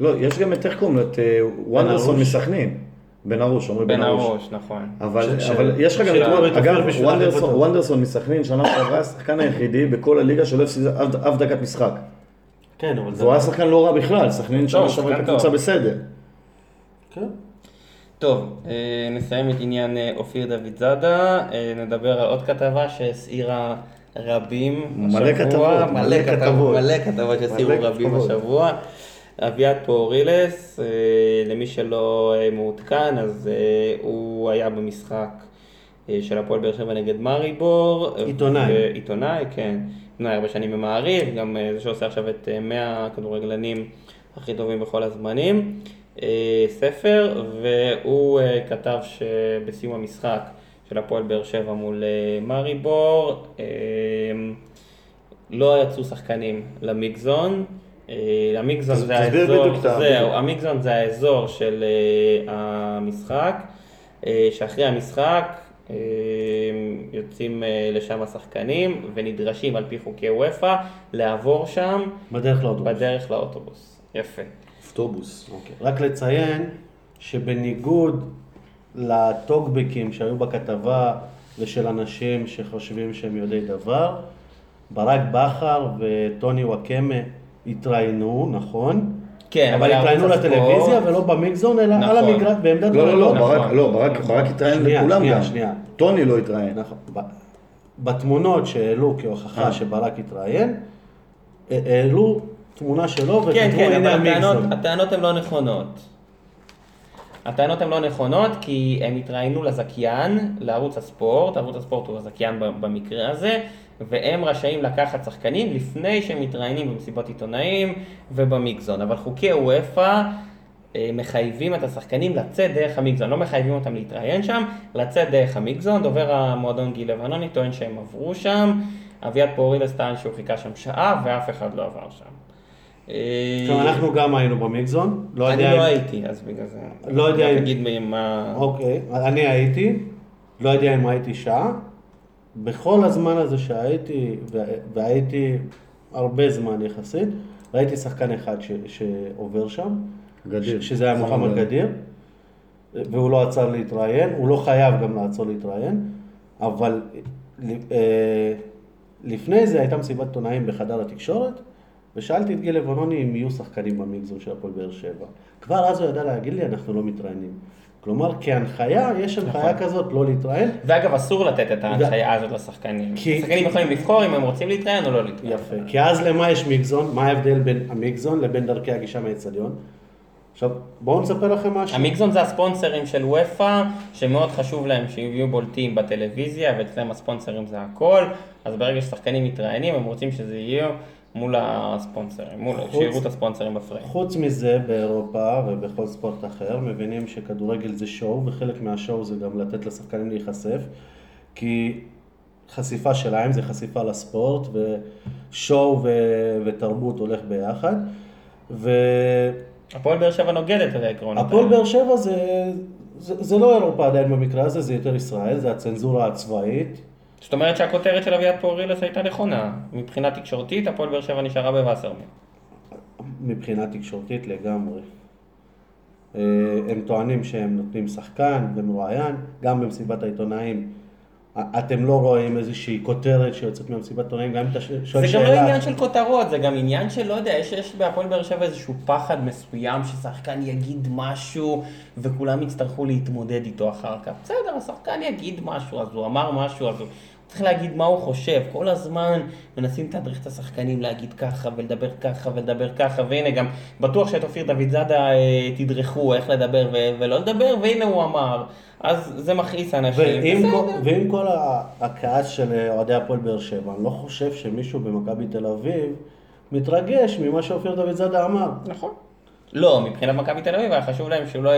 S3: לא, יש גם את איך קוראים לו? את אה, וונדרסון
S4: ארוש.
S3: מסכנין. בן ארוש, אומרים
S2: בן
S3: בן ארוש.
S2: ארוש, נכון.
S3: אבל
S4: ש-
S3: אבל
S4: ש-
S3: יש לך גם
S4: ש-
S3: את וונ-
S4: אורי
S3: אגב,
S4: תופר בשביל
S3: וונדרסון-
S4: להחליף אותו.
S3: וונדרסון מסכנין, שנה שעברה, השחקן היחידי בכל הליגה שלא הפסיד אף- אף דקת משחק.
S4: כן, אבל זה...
S3: והוא היה שחקן לא רע בכלל, סכנין
S2: הוא
S3: שנה
S2: שחקן
S3: שעברה הייתה קבוצה
S2: טוב.
S3: בסדר.
S4: כן.
S2: טוב, אה, נסיים את עניין אה, אופיר דוד זאדה, אה, נדבר על עוד כתבה שהסעירה רבים
S3: מלא כתבות,
S2: מלא
S3: מלא
S2: כתבות,
S3: כתבות.
S2: מלא כתבות שהסעירו
S3: מלא
S2: רבים
S3: כתבות.
S2: השבוע. אביעד פורילס, אה, למי שלא אה, מעודכן, אז אה, הוא היה במשחק אה, של הפועל באר שבע נגד מאריבור.
S4: עיתונאי.
S2: ו- עיתונאי, כן. עיתונאי הרבה שנים במעריב, גם אה, זה שעושה עכשיו את אה, 100 הכדורגלנים הכי טובים בכל הזמנים. אה, ספר, והוא אה, כתב שבסיום המשחק של הפועל באר שבע מול אה, מאריבור, אה, לא יצאו שחקנים למיגזון. אה, המיגזון זה
S3: תסביר
S2: האזור,
S3: בדיוק את ה-
S2: זהו, המיגזון זה האזור של אה, המשחק, אה, שאחרי המשחק אה, יוצאים אה, לשם השחקנים ונדרשים על פי חוקי וופא לעבור שם
S4: בדרך לאוטובוס.
S2: בדרך לאוטובוס. יפה.
S3: אוטובוס.
S4: אוקיי. רק לציין שבניגוד לטוקבקים שהיו בכתבה ושל אנשים שחושבים שהם יודעי דבר, ברק בכר וטוני וואקמה התראיינו, נכון?
S2: כן, אבל
S4: אבל התראיינו
S2: ערוץ הספורט-
S4: לטלוויזיה ולא במיקזון, אלא
S2: נכון.
S4: על המגרש, בעמדת...
S3: לא, לא, לא,
S4: האוטובוס.
S3: ברק-
S2: נכון,
S3: לא, ברק- ברק התראיין
S4: שנייה,
S3: לכולם
S4: שנייה,
S3: גם.
S4: שנייה.
S3: טוני לא התראיין.
S4: נכון. ב- בתמונות שהעלו
S2: אה.
S4: כהוכחה שברק התראיין, ה- העלו תמונה שלו וכתבו
S2: כן, כן, אבל
S4: הנה
S2: הטענות,
S4: המיקזון.
S2: הטענות הן לא נכונות. הטענות הן לא נכונות כי הם התראיינו לזכיין, לערוץ הספורט, ערוץ הספורט הוא הזכיין ב- במקרה הזה, והם רשאים לקחת שחקנים לפני שהם מתראיינים במסיבות עיתונאים ובמיקזון. אבל חוקי וופא אה, מחייבים את השחקנים לצאת דרך המיקזון, לא מחייבים אותם להתראיין שם, לצאת דרך המיקזון. דובר המועדון גיל לבנוני טוען שהם עברו שם, אביעד פורילס טען שהוא חיכה שם שעה ואף אחד לא עבר שם. אה,
S4: עכשיו, אנחנו גם היינו במיקזון. לא
S2: אני
S4: יודע אם-
S2: לא הייתי, אז בגלל זה.
S4: לא יודע אם-
S2: תגיד לי מה...
S4: אוקיי, אני הייתי, לא יודע אם הייתי שעה. בכל הזמן הזה שהייתי, וה- והייתי הרבה זמן יחסית, ראיתי שחקן אחד ש- שעובר שם,
S3: גדיר.
S4: ש- שזה היה מוחמד גדיר, והוא לא עצר להתראיין, הוא לא חייב גם לעצור להתראיין, אבל ל- אה, לפני זה הייתה מסיבת עיתונאים בחדר התקשורת, ושאלתי את גיל לבנוני אם יהיו שחקנים במגזר של הפועל באר שבע. כבר אז הוא ידע להגיד לי, אנחנו לא מתראיינים. כלומר, כהנחיה, יש הנחיה כזאת לא להתראיין,
S2: ואגב, אסור לתת את ההנחיה הזאת לשחקנים.
S4: כי-
S2: שחקנים יכולים לבחור אם הם רוצים להתראיין או לא להתראיין.
S4: יפה, כי אז למה יש מיגזון? מה ההבדל בין המיגזון לבין דרכי הגישה מהאצטדיון? עכשיו, בואו נספר לכם משהו.
S2: המיקזון זה הספונסרים של וופא, שמאוד חשוב להם שיהיו בולטים בטלוויזיה, ואצלם הספונסרים זה הכל, אז ברגע ששחקנים מתראיינים, הם רוצים שזה יהיה מול הספונסרים, מול,
S4: חוץ-
S2: שיראו את הספונסרים בפריים.
S4: חוץ מזה, באירופה ובכל ספורט אחר, מבינים שכדורגל זה שואו, וחלק מהשואו זה גם לתת לשחקנים להיחשף, כי חשיפה שלהם זה חשיפה לספורט, ושואו ו- ותרבות הולך ביחד. ו...
S2: הפועל באר שבע נוגדת את העקרונות
S4: הפועל באר שבע זה, זה, זה לא אירופה עדיין במקרה הזה, זה יותר ישראל, זה הצנזורה הצבאית.
S2: זאת אומרת שהכותרת של אביעד פורילס הייתה נכונה. מבחינה תקשורתית, הפועל באר שבע נשארה בווסרמן.
S4: מבחינה תקשורתית לגמרי. אה, הם טוענים שהם נותנים שחקן ומרואיין, גם במסיבת העיתונאים. א- אתם לא רואים איזושהי כותרת שיוצאת ממסיבת עיתונאים, גם אם אתה ש-
S2: זה
S4: שואל
S2: גם
S4: שאלה.
S2: לא עניין של כותרות, זה גם עניין של, לא יודע, יש, יש בהפועל באר שבע איזשהו פחד מסוים ששחקן יגיד משהו וכולם יצטרכו להתמודד איתו אחר כך. בסדר, השחקן יגיד משהו, אז הוא אמר משהו, אז הוא צריך להגיד מה הוא חושב. כל הזמן מנסים לתדריך את השחקנים להגיד ככה ולדבר ככה ולדבר ככה, והנה גם בטוח שאת אופיר דוד זאדה אה, תדרכו איך לדבר ו- ולא לדבר, והנה הוא אמר. אז זה מכעיס אנשים.
S4: ועם
S2: בסדר.
S4: כל, ועם כל ה- הכעס של אה, אוהדי הפועל באר שבע, אני לא חושב שמישהו במכבי תל אביב מתרגש ממה שאופיר דוד זאדה אמר.
S2: נכון. לא, מבחינת מכבי תל אביב היה חשוב להם שהוא לא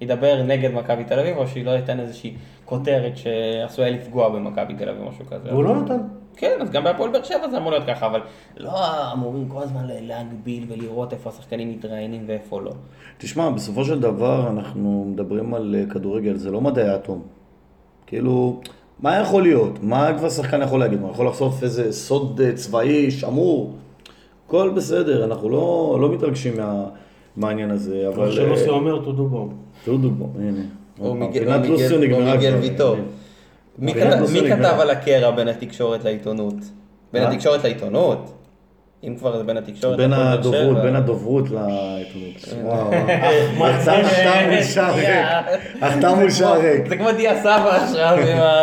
S2: ידבר נגד מכבי תל אביב, או שהיא לא ייתן איזושהי כותרת שעשויה לפגוע במכבי תל אביב או משהו כזה.
S4: והוא לא נתן.
S2: כן, אז גם בהפועל באר שבע זה אמור להיות ככה, אבל לא אמורים כל הזמן להגביל ולראות איפה השחקנים מתראיינים ואיפה לא.
S3: תשמע, בסופו של דבר אנחנו מדברים על אה, כדורגל, זה לא מדעי האטום. כאילו, מה יכול להיות? מה כבר שחקן יכול להגיד? מה, יכול לחשוף איזה סוד אה, צבאי שמור? הכל בסדר, אנחנו לא, לא מתרגשים מה, מהעניין הזה, אבל...
S4: אבל שלוסי
S3: אה,
S4: אומר to do bomb.
S3: תודו בו, הנה.
S1: או
S3: עוד פעם,
S1: מיגל-
S3: פינת
S1: או מיגל-
S3: לוסיו
S1: או
S3: אה, נגמרה
S1: מיגל
S3: כבר.
S1: ויטור. מי
S3: פינת
S1: כתב-
S3: לוסיו
S1: מי
S3: נגמרה.
S1: כתב על הקרע בין התקשורת לעיתונות? בין
S3: מה?
S1: התקשורת לעיתונות? אם כבר זה בין התקשורת
S3: בין
S1: להפועל באר
S3: הדוברות,
S1: שבע.
S3: בין הדוברות לעיתונות. וואו.
S4: מחמד.
S3: החתמנו מול שער ריק. החתמנו שער ריק.
S2: זה כמו דיה סבא עכשיו עם ה...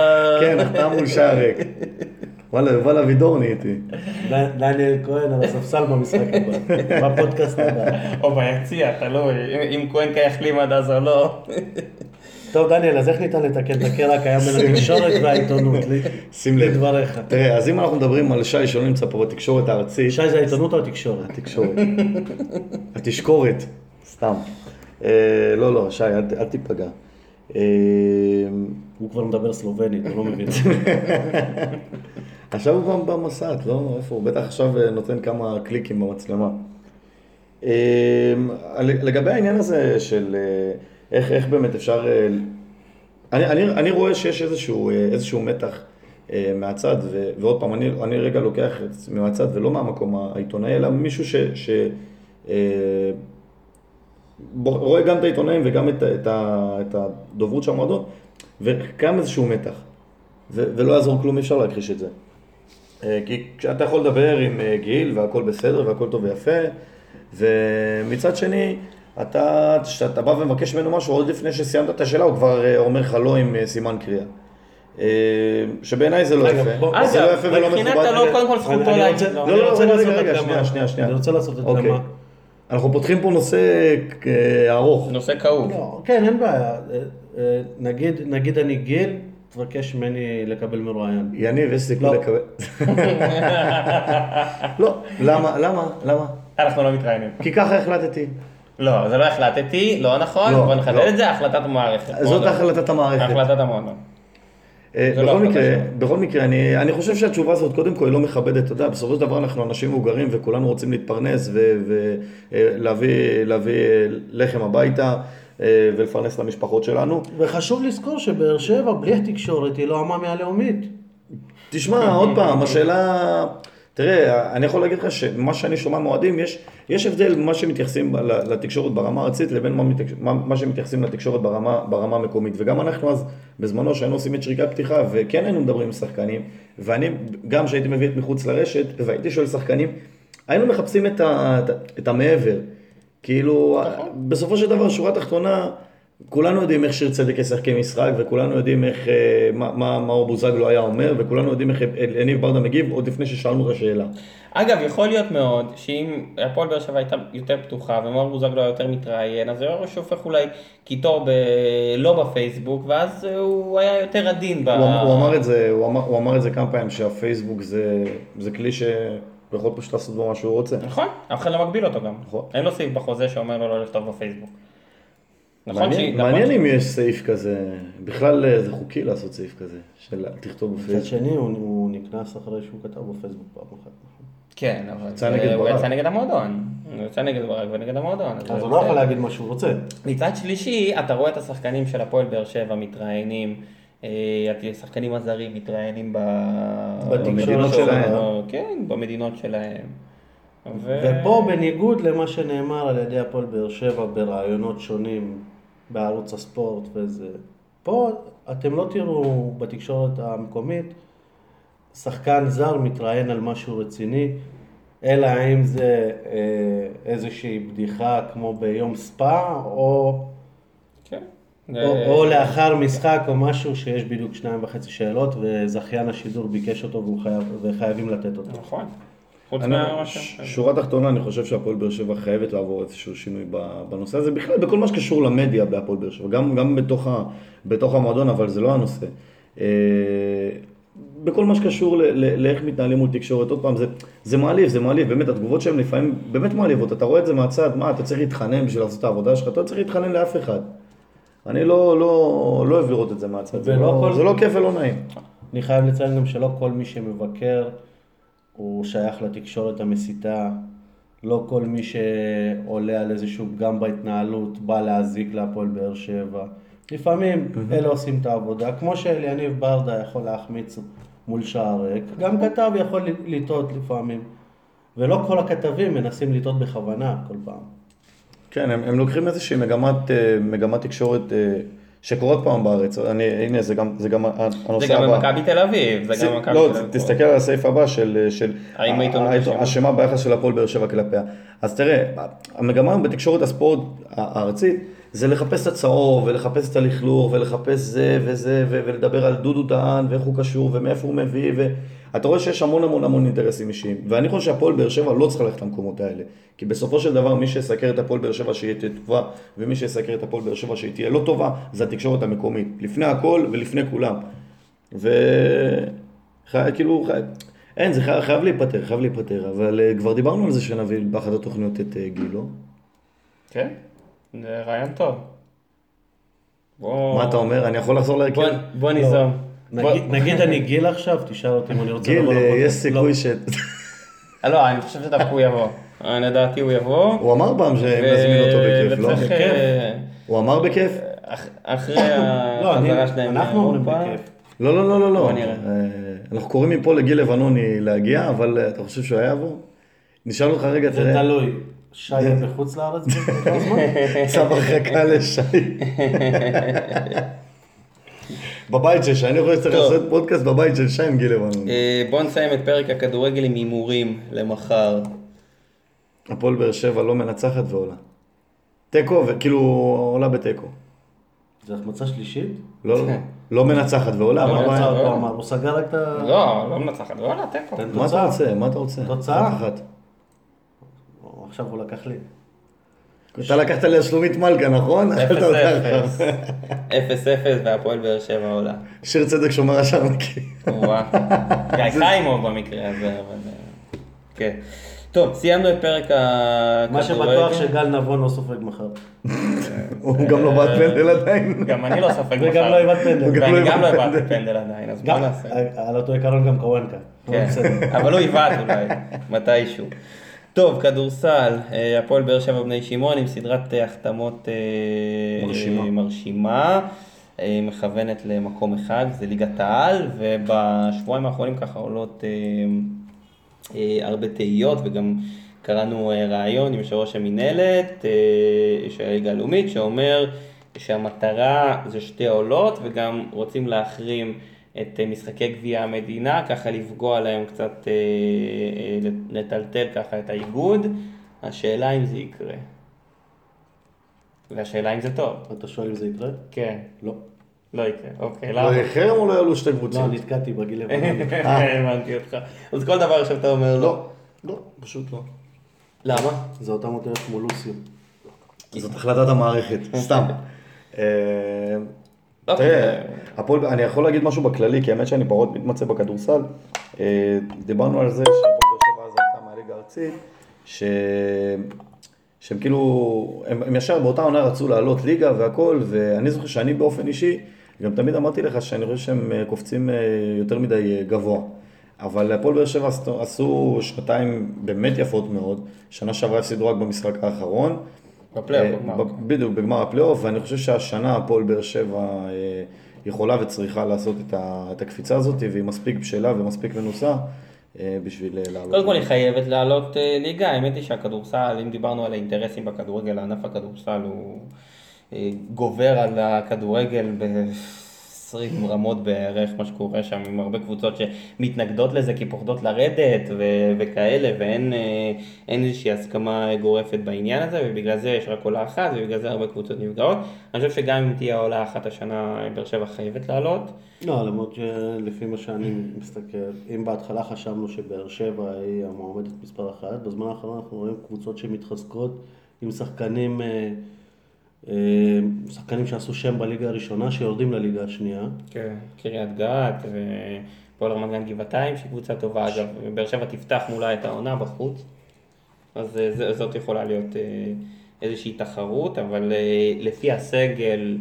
S3: כן, החתמנו מול שער ריק. וואלה, יובל אבידור נהייתי.
S4: ד- דניאל כהן על הספסל במשחק הבא, בפודקאסט הבא.
S2: או ביציע, תלוי, אם- אם קוונקה יחלים עד אז או לא.
S4: טוב, דניאל, אז איך ניתן לתקן את הקרע הקיים בין התקשורת והעיתונות? ל-
S3: שים לב. אה,
S4: לדבריך.
S3: תראה, אז אם אנחנו מדברים על שי שלא נמצא פה בתקשורת הארצית,
S4: שי זה העיתונות או התקשורת?
S3: התקשורת. התשקורת, סתם. אה, לא, לא, שי, אל אל תיפגע. אה,
S4: הוא כבר מדבר סלובנית, הוא לא מבין.
S3: עכשיו הוא גם במסעת, לא? איפה הוא? בטח עכשיו אה, נותן כמה קליקים במצלמה. אה, לגבי העניין הזה של אה, איך, איך באמת אפשר... אה, אני, אני, אני רואה שיש איזשהו, אה, איזשהו מתח אה, מהצד, ו, ועוד פעם, אני, אני רגע לוקח את זה מהצד ולא מהמקום העיתונאי, אלא מישהו ש... ש אה, ב- רואה גם את העיתונאים וגם את, ה- את, ה- את הדוברות של המועדון, וקיים איזשהו מתח. ו- ולא יעזור כלום, אי אפשר להכחיש את זה. אה, כי כשאתה יכול לדבר עם אה, גיל והכל בסדר והכל טוב ויפה, ומצד שני, אתה, כשאתה בא ומבקש ממנו משהו, עוד לפני שסיימת את השאלה, הוא כבר אה, אומר לך לא עם אה, סימן קריאה. אה, שבעיניי זה לא
S4: רגע, בוא- לא
S3: יפה. זה לא
S2: אגב,
S3: יפה ולא
S2: מבחינת
S3: מכובד.
S2: הלא, קודם כל זכותו
S4: אני- אני
S2: להגיד.
S4: רוצה-
S2: לא.
S3: לא, לא,
S4: אני
S3: לא,
S4: רוצה
S3: רגע,
S4: לעשות
S3: רגע,
S4: הדגמה.
S3: שנייה, שנייה, שנייה.
S4: אני רוצה לעשות את
S3: אוקיי.
S4: הדגמה.
S3: אנחנו פותחים פה נושא אה, ארוך.
S2: נושא כאוב.
S4: לא, כן, אין בעיה. אה, אה, נגיד- נגיד אני גיל, תבקש ממני לקבל מרואיין.
S3: יניב, יש סיכוי
S4: לא.
S3: לקבל... לא, למה? למה? למה?
S2: אנחנו לא מתראיינים.
S3: כי ככה החלטתי.
S2: לא, זה לא החלטתי, לא נכון,
S3: לא,
S2: בוא נחדד
S3: לא.
S2: את זה, החלטת מערכת.
S3: זאת החלטת המערכת.
S2: החלטת המועדון.
S3: אה,
S2: זה לא
S3: בכל
S2: החלטה
S3: מקרה,
S2: שלנו.
S3: בכל מקרה, אני, אני חושב שהתשובה הזאת קודם כל היא לא מכבדת, אתה יודע, בסופו של דבר אנחנו אנשים מבוגרים וכולנו רוצים להתפרנס אה, ולהביא אה, לחם הביתה אה, ולפרנס את המשפחות שלנו.
S4: וחשוב לזכור שבאר שבע, בלי התקשורת, היא לא המאמי הלאומית.
S3: תשמע, עוד פעם, השאלה, תראה, אני יכול להגיד לך שמה שאני שומע מאוהדים, יש, יש הבדל במה שמתייחסים ל- לתקשורת ברמה הארצית לבין מה, מתק- מה, מה שמתייחסים לתקשורת ברמה, ברמה המקומית. וגם אנחנו אז, בזמנו, שהיינו עושים את שריקת פתיחה, וכן היינו מדברים עם שחקנים, ואני, גם כשהייתי מביא את מחוץ לרשת, והייתי שואל שחקנים, היינו מחפשים את, ה, את, ה- את המעבר. כאילו,
S2: נכון.
S3: בסופו של דבר, שורה תחתונה, כולנו יודעים איך שיר צדק ישחק משחק, וכולנו יודעים איך, אה, מה, מה, מה אור בוזגלו היה אומר, וכולנו יודעים איך אל- יניב ברדה מגיב, עוד לפני ששאלנו את השאלה.
S2: אגב, יכול להיות מאוד שאם הפועל באר שבע הייתה יותר פתוחה ומאור בוזגלו היה יותר מתראיין, אז היה שופך אולי קיטור ב... לא בפייסבוק, ואז הוא היה יותר עדין ב...
S3: הוא, אמר- הוא, אמר את זה, הוא, אמר, הוא אמר את זה כמה פעמים, שהפייסבוק זה, זה כלי שהוא יכול פשוט לעשות בו מה שהוא רוצה.
S2: נכון, אף אחד לא מגביל אותו גם.
S3: נכון.
S2: אין לו סעיף בחוזה שאומר לו לא לכתוב בפייסבוק. נכון
S3: מעניין,
S2: שהיא- נכון
S3: מעניין
S2: שהיא-
S3: אם יש סעיף כזה, בכלל אה, זה חוקי לעשות סעיף כזה, של תכתוב
S4: מצד
S3: בפייסבוק.
S4: שני, הוא הוא נקנס אחרי שהוא כתב בפייסבוק פעם אחת. נכון?
S2: כן, אבל
S3: יצא
S2: זה-
S3: נגד
S2: הוא
S3: ברק.
S2: יצא נגד המועדון. הוא יצא נגד ברק ונגד המועדון.
S4: אז
S2: זה
S4: הוא לא יכול
S2: בסדר.
S4: להגיד מה שהוא רוצה.
S2: מצד שלישי, אתה רואה את השחקנים של הפועל באר שבע מתראיינים, אה, השחקנים הזרים מתראיינים ב...
S3: במדינות שלהם.
S2: כן, במדינות שלהם. ו...
S4: ופה בניגוד למה שנאמר על ידי הפועל באר שבע ברעיונות שונים בערוץ הספורט וזה, פה אתם לא תראו בתקשורת המקומית שחקן זר מתראיין על משהו רציני, אלא אם זה אה, איזושהי בדיחה כמו ביום ספא, או,
S2: כן.
S4: או, או לאחר משחק או משהו שיש בדיוק שניים וחצי שאלות וזכיין השידור ביקש אותו והוא חייב, וחייבים לתת אותו.
S2: נכון. חוץ
S3: אני-
S2: מהרמה
S3: ש-
S2: שם.
S3: שורה תחתונה, אני חושב שהפועל באר שבע חייבת לעבור איזשהו שינוי ב- בנושא הזה, בכלל בכל מה שקשור למדיה בהפועל באר שבע, גם, גם בתוך, ה, בתוך המועדון, אבל זה לא הנושא. אה, בכל מה שקשור ל- ל- לאיך מתנהלים מול תקשורת, עוד פעם, זה, זה מעליב, זה מעליב, באמת, התגובות שלהם לפעמים באמת מעליבות, אתה רואה את זה מהצד, מה, אתה צריך להתחנן בשביל לעשות את העבודה שלך, אתה לא צריך להתחנן לאף אחד. אני לא, לא, לא אוהב לראות את זה מהצד, זה
S4: ולא
S3: לא,
S4: כל-
S3: זה לא כיף ולא נעים.
S4: אני חייב לציין גם שלא כל מי שמבקר הוא שייך לתקשורת המסיתה. לא כל מי שעולה על איזשהו פגם בהתנהלות בא להזיק להפועל באר שבע. לפעמים אלה עושים את העבודה. כמו שאליניב ברדה יכול להחמיץ מול שער ריק, גם כתב יכול לטעות לפעמים. ולא כל הכתבים מנסים לטעות בכוונה כל פעם.
S3: כן, הם, הם לוקחים איזושהי מגמת, אה, מגמת תקשורת אה, שקורית פעם בארץ. אני, הנה, זה גם, זה גם ה- הנושא
S2: זה גם
S3: הבא.
S2: במכבי תל אביב, זה גם
S3: זה-
S2: במכבי
S3: לא,
S2: תל אביב.
S3: תסתכל על הסעיף הבא של, של
S2: האם העיתונות
S3: ה-
S2: אשמה?
S3: אשמה ביחס של הפועל באר שבע כלפיה. אז תראה, המגמה בתקשורת הספורט הארצית זה לחפש את הצהוב ולחפש את הלכלוך ולחפש זה וזה ו- ולדבר על דודו דהן ואיך הוא קשור ומאיפה הוא מביא ואתה רואה שיש המון המון המון אינטרסים אישיים ואני חושב שהפועל באר שבע לא צריכה ללכת למקומות האלה כי בסופו של דבר מי שיסקר את הפועל באר שבע שהיא תהיה טובה ומי שיסקר את הפועל באר שבע שהיא תהיה לא טובה זה התקשורת המקומית לפני הכל ולפני כולם ו... חי- כאילו, חי... אין, זה חי... חייב להיפתר, חייב להיפתר, אבל אה, כבר דיברנו על זה שנביא באחת התוכניות את אה, גילו.
S2: כן, זה רעיון טוב. בוא-
S3: מה אתה אומר? אני יכול לחזור להרכב?
S2: בוא- בוא ניזום. בוא-
S4: כן? לא. נגיד, נגיד אני גיל עכשיו, תשאל אותי אם אני רוצה
S3: גיל,
S4: לבוא
S3: אה,
S4: לפודקאסט.
S3: יש סיכוי ש...
S2: לא, אני חושב שדווקא הוא יבוא. אה, לדעתי הוא יבוא.
S3: הוא אמר פעם שהם נזמין אותו בכיף, לא?
S2: וצריך, אה,
S3: הוא אמר בכיף? אה,
S2: אח- אחרי
S4: לא, אני-
S2: החזרה שלהם אה,
S4: אנחנו אומרים
S2: לאירופה.
S4: בכיף.
S3: לא, לא, לא, לא, לא.
S2: בוא נראה.
S3: אה, אנחנו קוראים מפה לגיל לבנוני להגיע, אבל אה, אתה חושב שהוא היה יבוא? נשאל אותך רגע,
S4: זה
S3: תראה,
S4: תלוי. שי בחוץ לארץ בכל הזמן?
S3: צו הרחקה לשי. בבית של שי, אני חושב שצריך
S2: טוב.
S3: לעשות פודקאסט בבית של שי עם גיל לבנוני.
S2: אה, בואו נסיים את פרק הכדורגל עם הימורים למחר.
S3: הפועל באר שבע לא מנצחת ועולה. תיקו, וכאילו עולה בתיקו.
S4: זה החמצה שלישית?
S3: לא, לא. לא מנצחת ועולה,
S2: לא
S3: מה
S4: הוא
S2: מנצחת.
S3: הבעיה?
S4: עצר
S2: לא.
S4: פעם, הוא סגר רק את ה...
S2: לא, לא מנצחת, וואלה, תיקו.
S4: תן
S3: מה אתה
S4: תוצאה.
S3: רוצה? מה אתה רוצה?
S4: תוצאה.
S3: אחת אחת.
S2: לא.
S4: או, עכשיו הוא לקח לי.
S3: אתה לקחת לי על שלומית מלכה, נכון? אכלת אותה.
S2: 0-0. 0-0 והפועל באר שבע עולה.
S3: שיר צדק שומר השער נקי.
S2: וואו. גיא חיימוב במקרה הזה, אבל... אה, כן. טוב, סיימנו את פרק הכדורגל.
S4: מה שבטוח שגל נבון לא סופג מחר.
S3: הוא גם לא בעט פנדל עדיין.
S2: גם אני לא ספק
S4: וגם לא הבאת פנדל.
S3: וגם
S2: ואני
S3: לא
S2: גם לא
S3: הבאת
S2: הבאתי פנדל עדיין, אז בוא
S4: גם- אה,
S2: נעשה.
S4: על אותו עיקרון גם קוואנקה.
S2: כן,
S4: אבל בסדר.
S2: אבל הוא עיוות אולי, מתישהו. טוב, כדורסל, אה, הפועל באר שבע בני שמעון עם סדרת אה, החתמות אה,
S3: מרשימה.
S2: אה, מרשימה, אה, מכוונת למקום אחד, זה ליגת העל, ובשבועיים האחרונים ככה עולות אה, אה, הרבה תהיות וגם קראנו אה, ראיון עם יושב-ראש המינהלת אה, של הליגה הלאומית שאומר שהמטרה זה שתי עולות וגם רוצים להחרים את אה, משחקי גביע המדינה, ככה לפגוע להם קצת, אה, אה, לטלטל ככה את האיגוד. השאלה אם זה יקרה. והשאלה אם זה טוב.
S4: אתה שואל אם זה יקרה?
S2: כן.
S4: לא.
S2: לא יקרה, אוקיי, למה?
S3: זה חרם או לא יעלו שתי קבוצות?
S4: לא, נתקעתי בגיל לבנוני.
S2: הבנתי אותך. אז כל דבר עכשיו אתה אומר לא.
S3: לא, לא, פשוט לא.
S2: למה?
S4: זה אותם אותיות כמו לוסיום.
S3: זאת החלטת המערכת, סתם. אה,
S2: אוקיי.
S3: תראה, הפועל- אני יכול להגיד משהו בכללי, כי האמת שאני פחות מתמצא בכדורסל. אה, דיברנו על זה שהפועל באר שבע אז הייתה מהליגה הארצית, ש... שהם כאילו, הם, הם ישר באותה עונה רצו לעלות ליגה והכל, ואני זוכר שאני באופן אישי, גם תמיד אמרתי לך שאני חושב שהם אה, קופצים אה, יותר מדי אה, גבוה. אבל הפועל באר שבע עשו- עשו שנתיים באמת יפות מאוד, שנה שעברה הפסידו רק במשחק האחרון,
S2: בפלייאוף,
S3: אה,
S2: בגמר.
S3: ב- בדיוק, בגמר הפלייאוף, ואני חושב שהשנה הפועל באר שבע אה, יכולה וצריכה לעשות את ה- את הקפיצה הזאת, והיא מספיק בשלה ומספיק מנוסה אה, בשביל אה, לעלות.
S2: קודם כל היא חייבת לעלות אה, ליגה, האמת היא שהכדורסל, אם דיברנו על האינטרסים בכדורגל, ענף הכדורסל הוא אה, גובר על הכדורגל ב-20 רמות בערך, מה שקורה שם, עם הרבה קבוצות שמתנגדות לזה כי פוחדות לרדת ו- וכאלה, ואין אה, אין איזושהי הסכמה גורפת בעניין הזה, ובגלל זה יש רק עולה אחת, ובגלל זה הרבה קבוצות נפגעות. אני חושב שגם אם תהיה עולה אחת השנה, באר שבע חייבת לעלות.
S4: לא, למרות שלפי מה שאני מסתכל, אם בהתחלה חשבנו שבאר שבע היא המועמדת מספר אחת, בזמן האחרון אנחנו רואים קבוצות שמתחזקות עם שחקנים, אה, אה, שחקנים שעשו שם בליגה הראשונה, שיורדים לליגה השנייה.
S2: כן. קריית גת ופועל רמת גן גבעתיים, שהיא קבוצה טובה אגב, באר שבע תפתח מולה את העונה בחוץ, אז אה, זה- זאת יכולה להיות אה, איזושהי תחרות, אבל אה, לפי הסגל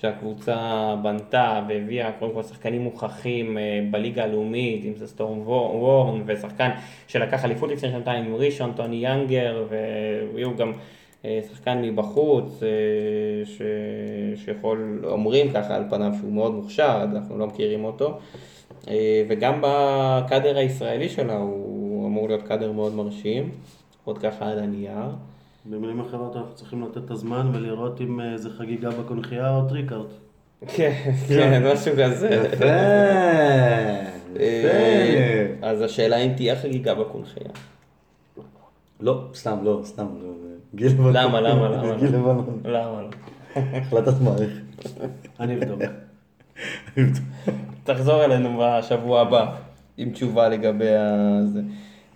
S2: שהקבוצה בנתה והביאה קודם כל שחקנים מוכחים אה, בליגה הלאומית, אם זה סטורם וור- וורן ושחקן שלקח אליפות לפני שנתיים עם ראשון, טוני יאנגר, והיו גם אה, שחקן מבחוץ, אה, ש... שיכול, אומרים ככה על פניו שהוא מאוד מוכשר, אז אנחנו לא מכירים אותו. אה, וגם בקאדר הישראלי שלה הוא אמור להיות קאדר מאוד מרשים, עוד ככה על הנייר.
S4: במילים אחרות אנחנו צריכים לתת את הזמן ולראות אם אה, זה חגיגה בקונחייה או טריקארט.
S2: כן, כן, משהו כזה.
S3: יפה,
S2: אה,
S3: יפה.
S2: אז השאלה אם תהיה חגיגה בקונחייה.
S3: לא, סתם, לא, סתם, לא. גיל לבנון.
S2: למה, למה, למה?
S3: גיל לבנון.
S2: למה לא?
S3: החלטת מערכת.
S4: אני אבדוק.
S2: תחזור אלינו בשבוע הבא עם תשובה לגבי ה... זה.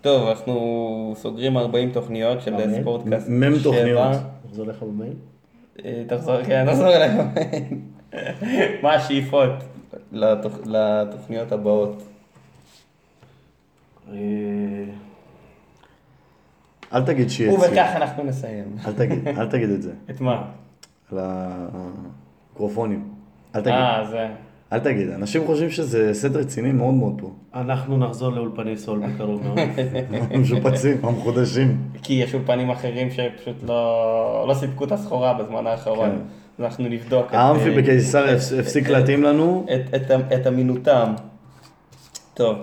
S2: טוב, אנחנו סוגרים 40 תוכניות של
S4: אמן.
S2: ספורטקאסט 7.
S3: מ- מ' תוכניות.
S4: זה הולך במייל?
S2: אה, תחזור, כן, תחזור אלינו. מה השאיפות לתוכ- לתוכניות הבאות?
S4: אה,
S3: אל תגיד שיהיה
S2: ובכך אנחנו נסיים.
S3: אל תגיד, אל תגיד את זה.
S2: את מה?
S3: על המיקרופונים. אל תגיד.
S2: אה, זה.
S3: אל תגיד, אנשים חושבים שזה סט רציני מאוד מאוד פה.
S4: אנחנו נחזור לאולפני סול בקרוב מאוד.
S3: המשופצים, המחודשים.
S2: כי יש אולפנים אחרים שפשוט לא לא סיפקו את הסחורה בזמן האחרון. אז אנחנו נבדוק את- אה,
S3: האמפי בקיסריה הפס- הפסיק להתאים לנו.
S2: את, את, ה- את אמינותם. טוב,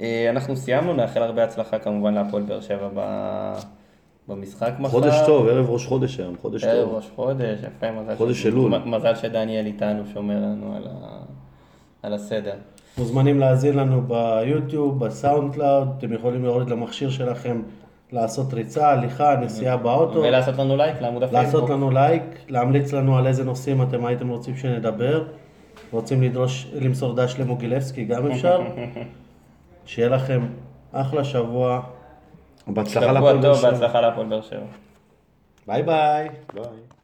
S2: אה, אנחנו סיימנו, נאחל הרבה הצלחה כמובן להפועל באר שבע ב- במשחק מחר.
S3: חודש טוב, ערב ראש חודש היום, חודש
S2: ערב
S3: טוב.
S2: אה, כן, ראש חודש, יפה, מזל,
S3: חודש אלול.
S2: מ- מזל שדניאל איתנו שומר לנו על, ה... על הסדר.
S4: מוזמנים להאזין לנו ביוטיוב, בסאונד קלאוד, אתם יכולים להוריד למכשיר שלכם, לעשות ריצה, הליכה, נסיעה באוטו,
S2: ולעשות לנו לייק לעמוד הפייסבוק.
S4: לעשות לנו לייק, להמליץ לנו על איזה נושאים אתם הייתם רוצים שנדבר, רוצים לדרוש, למסור דש למוגילבסקי גם אפשר, שיהיה לכם אחלה שבוע,
S3: בהצלחה
S2: שבוע
S3: לפועל באר
S2: טוב,
S3: שבע.
S2: בהצלחה להפועל באר שבע.
S4: ביי ביי.
S3: ביי.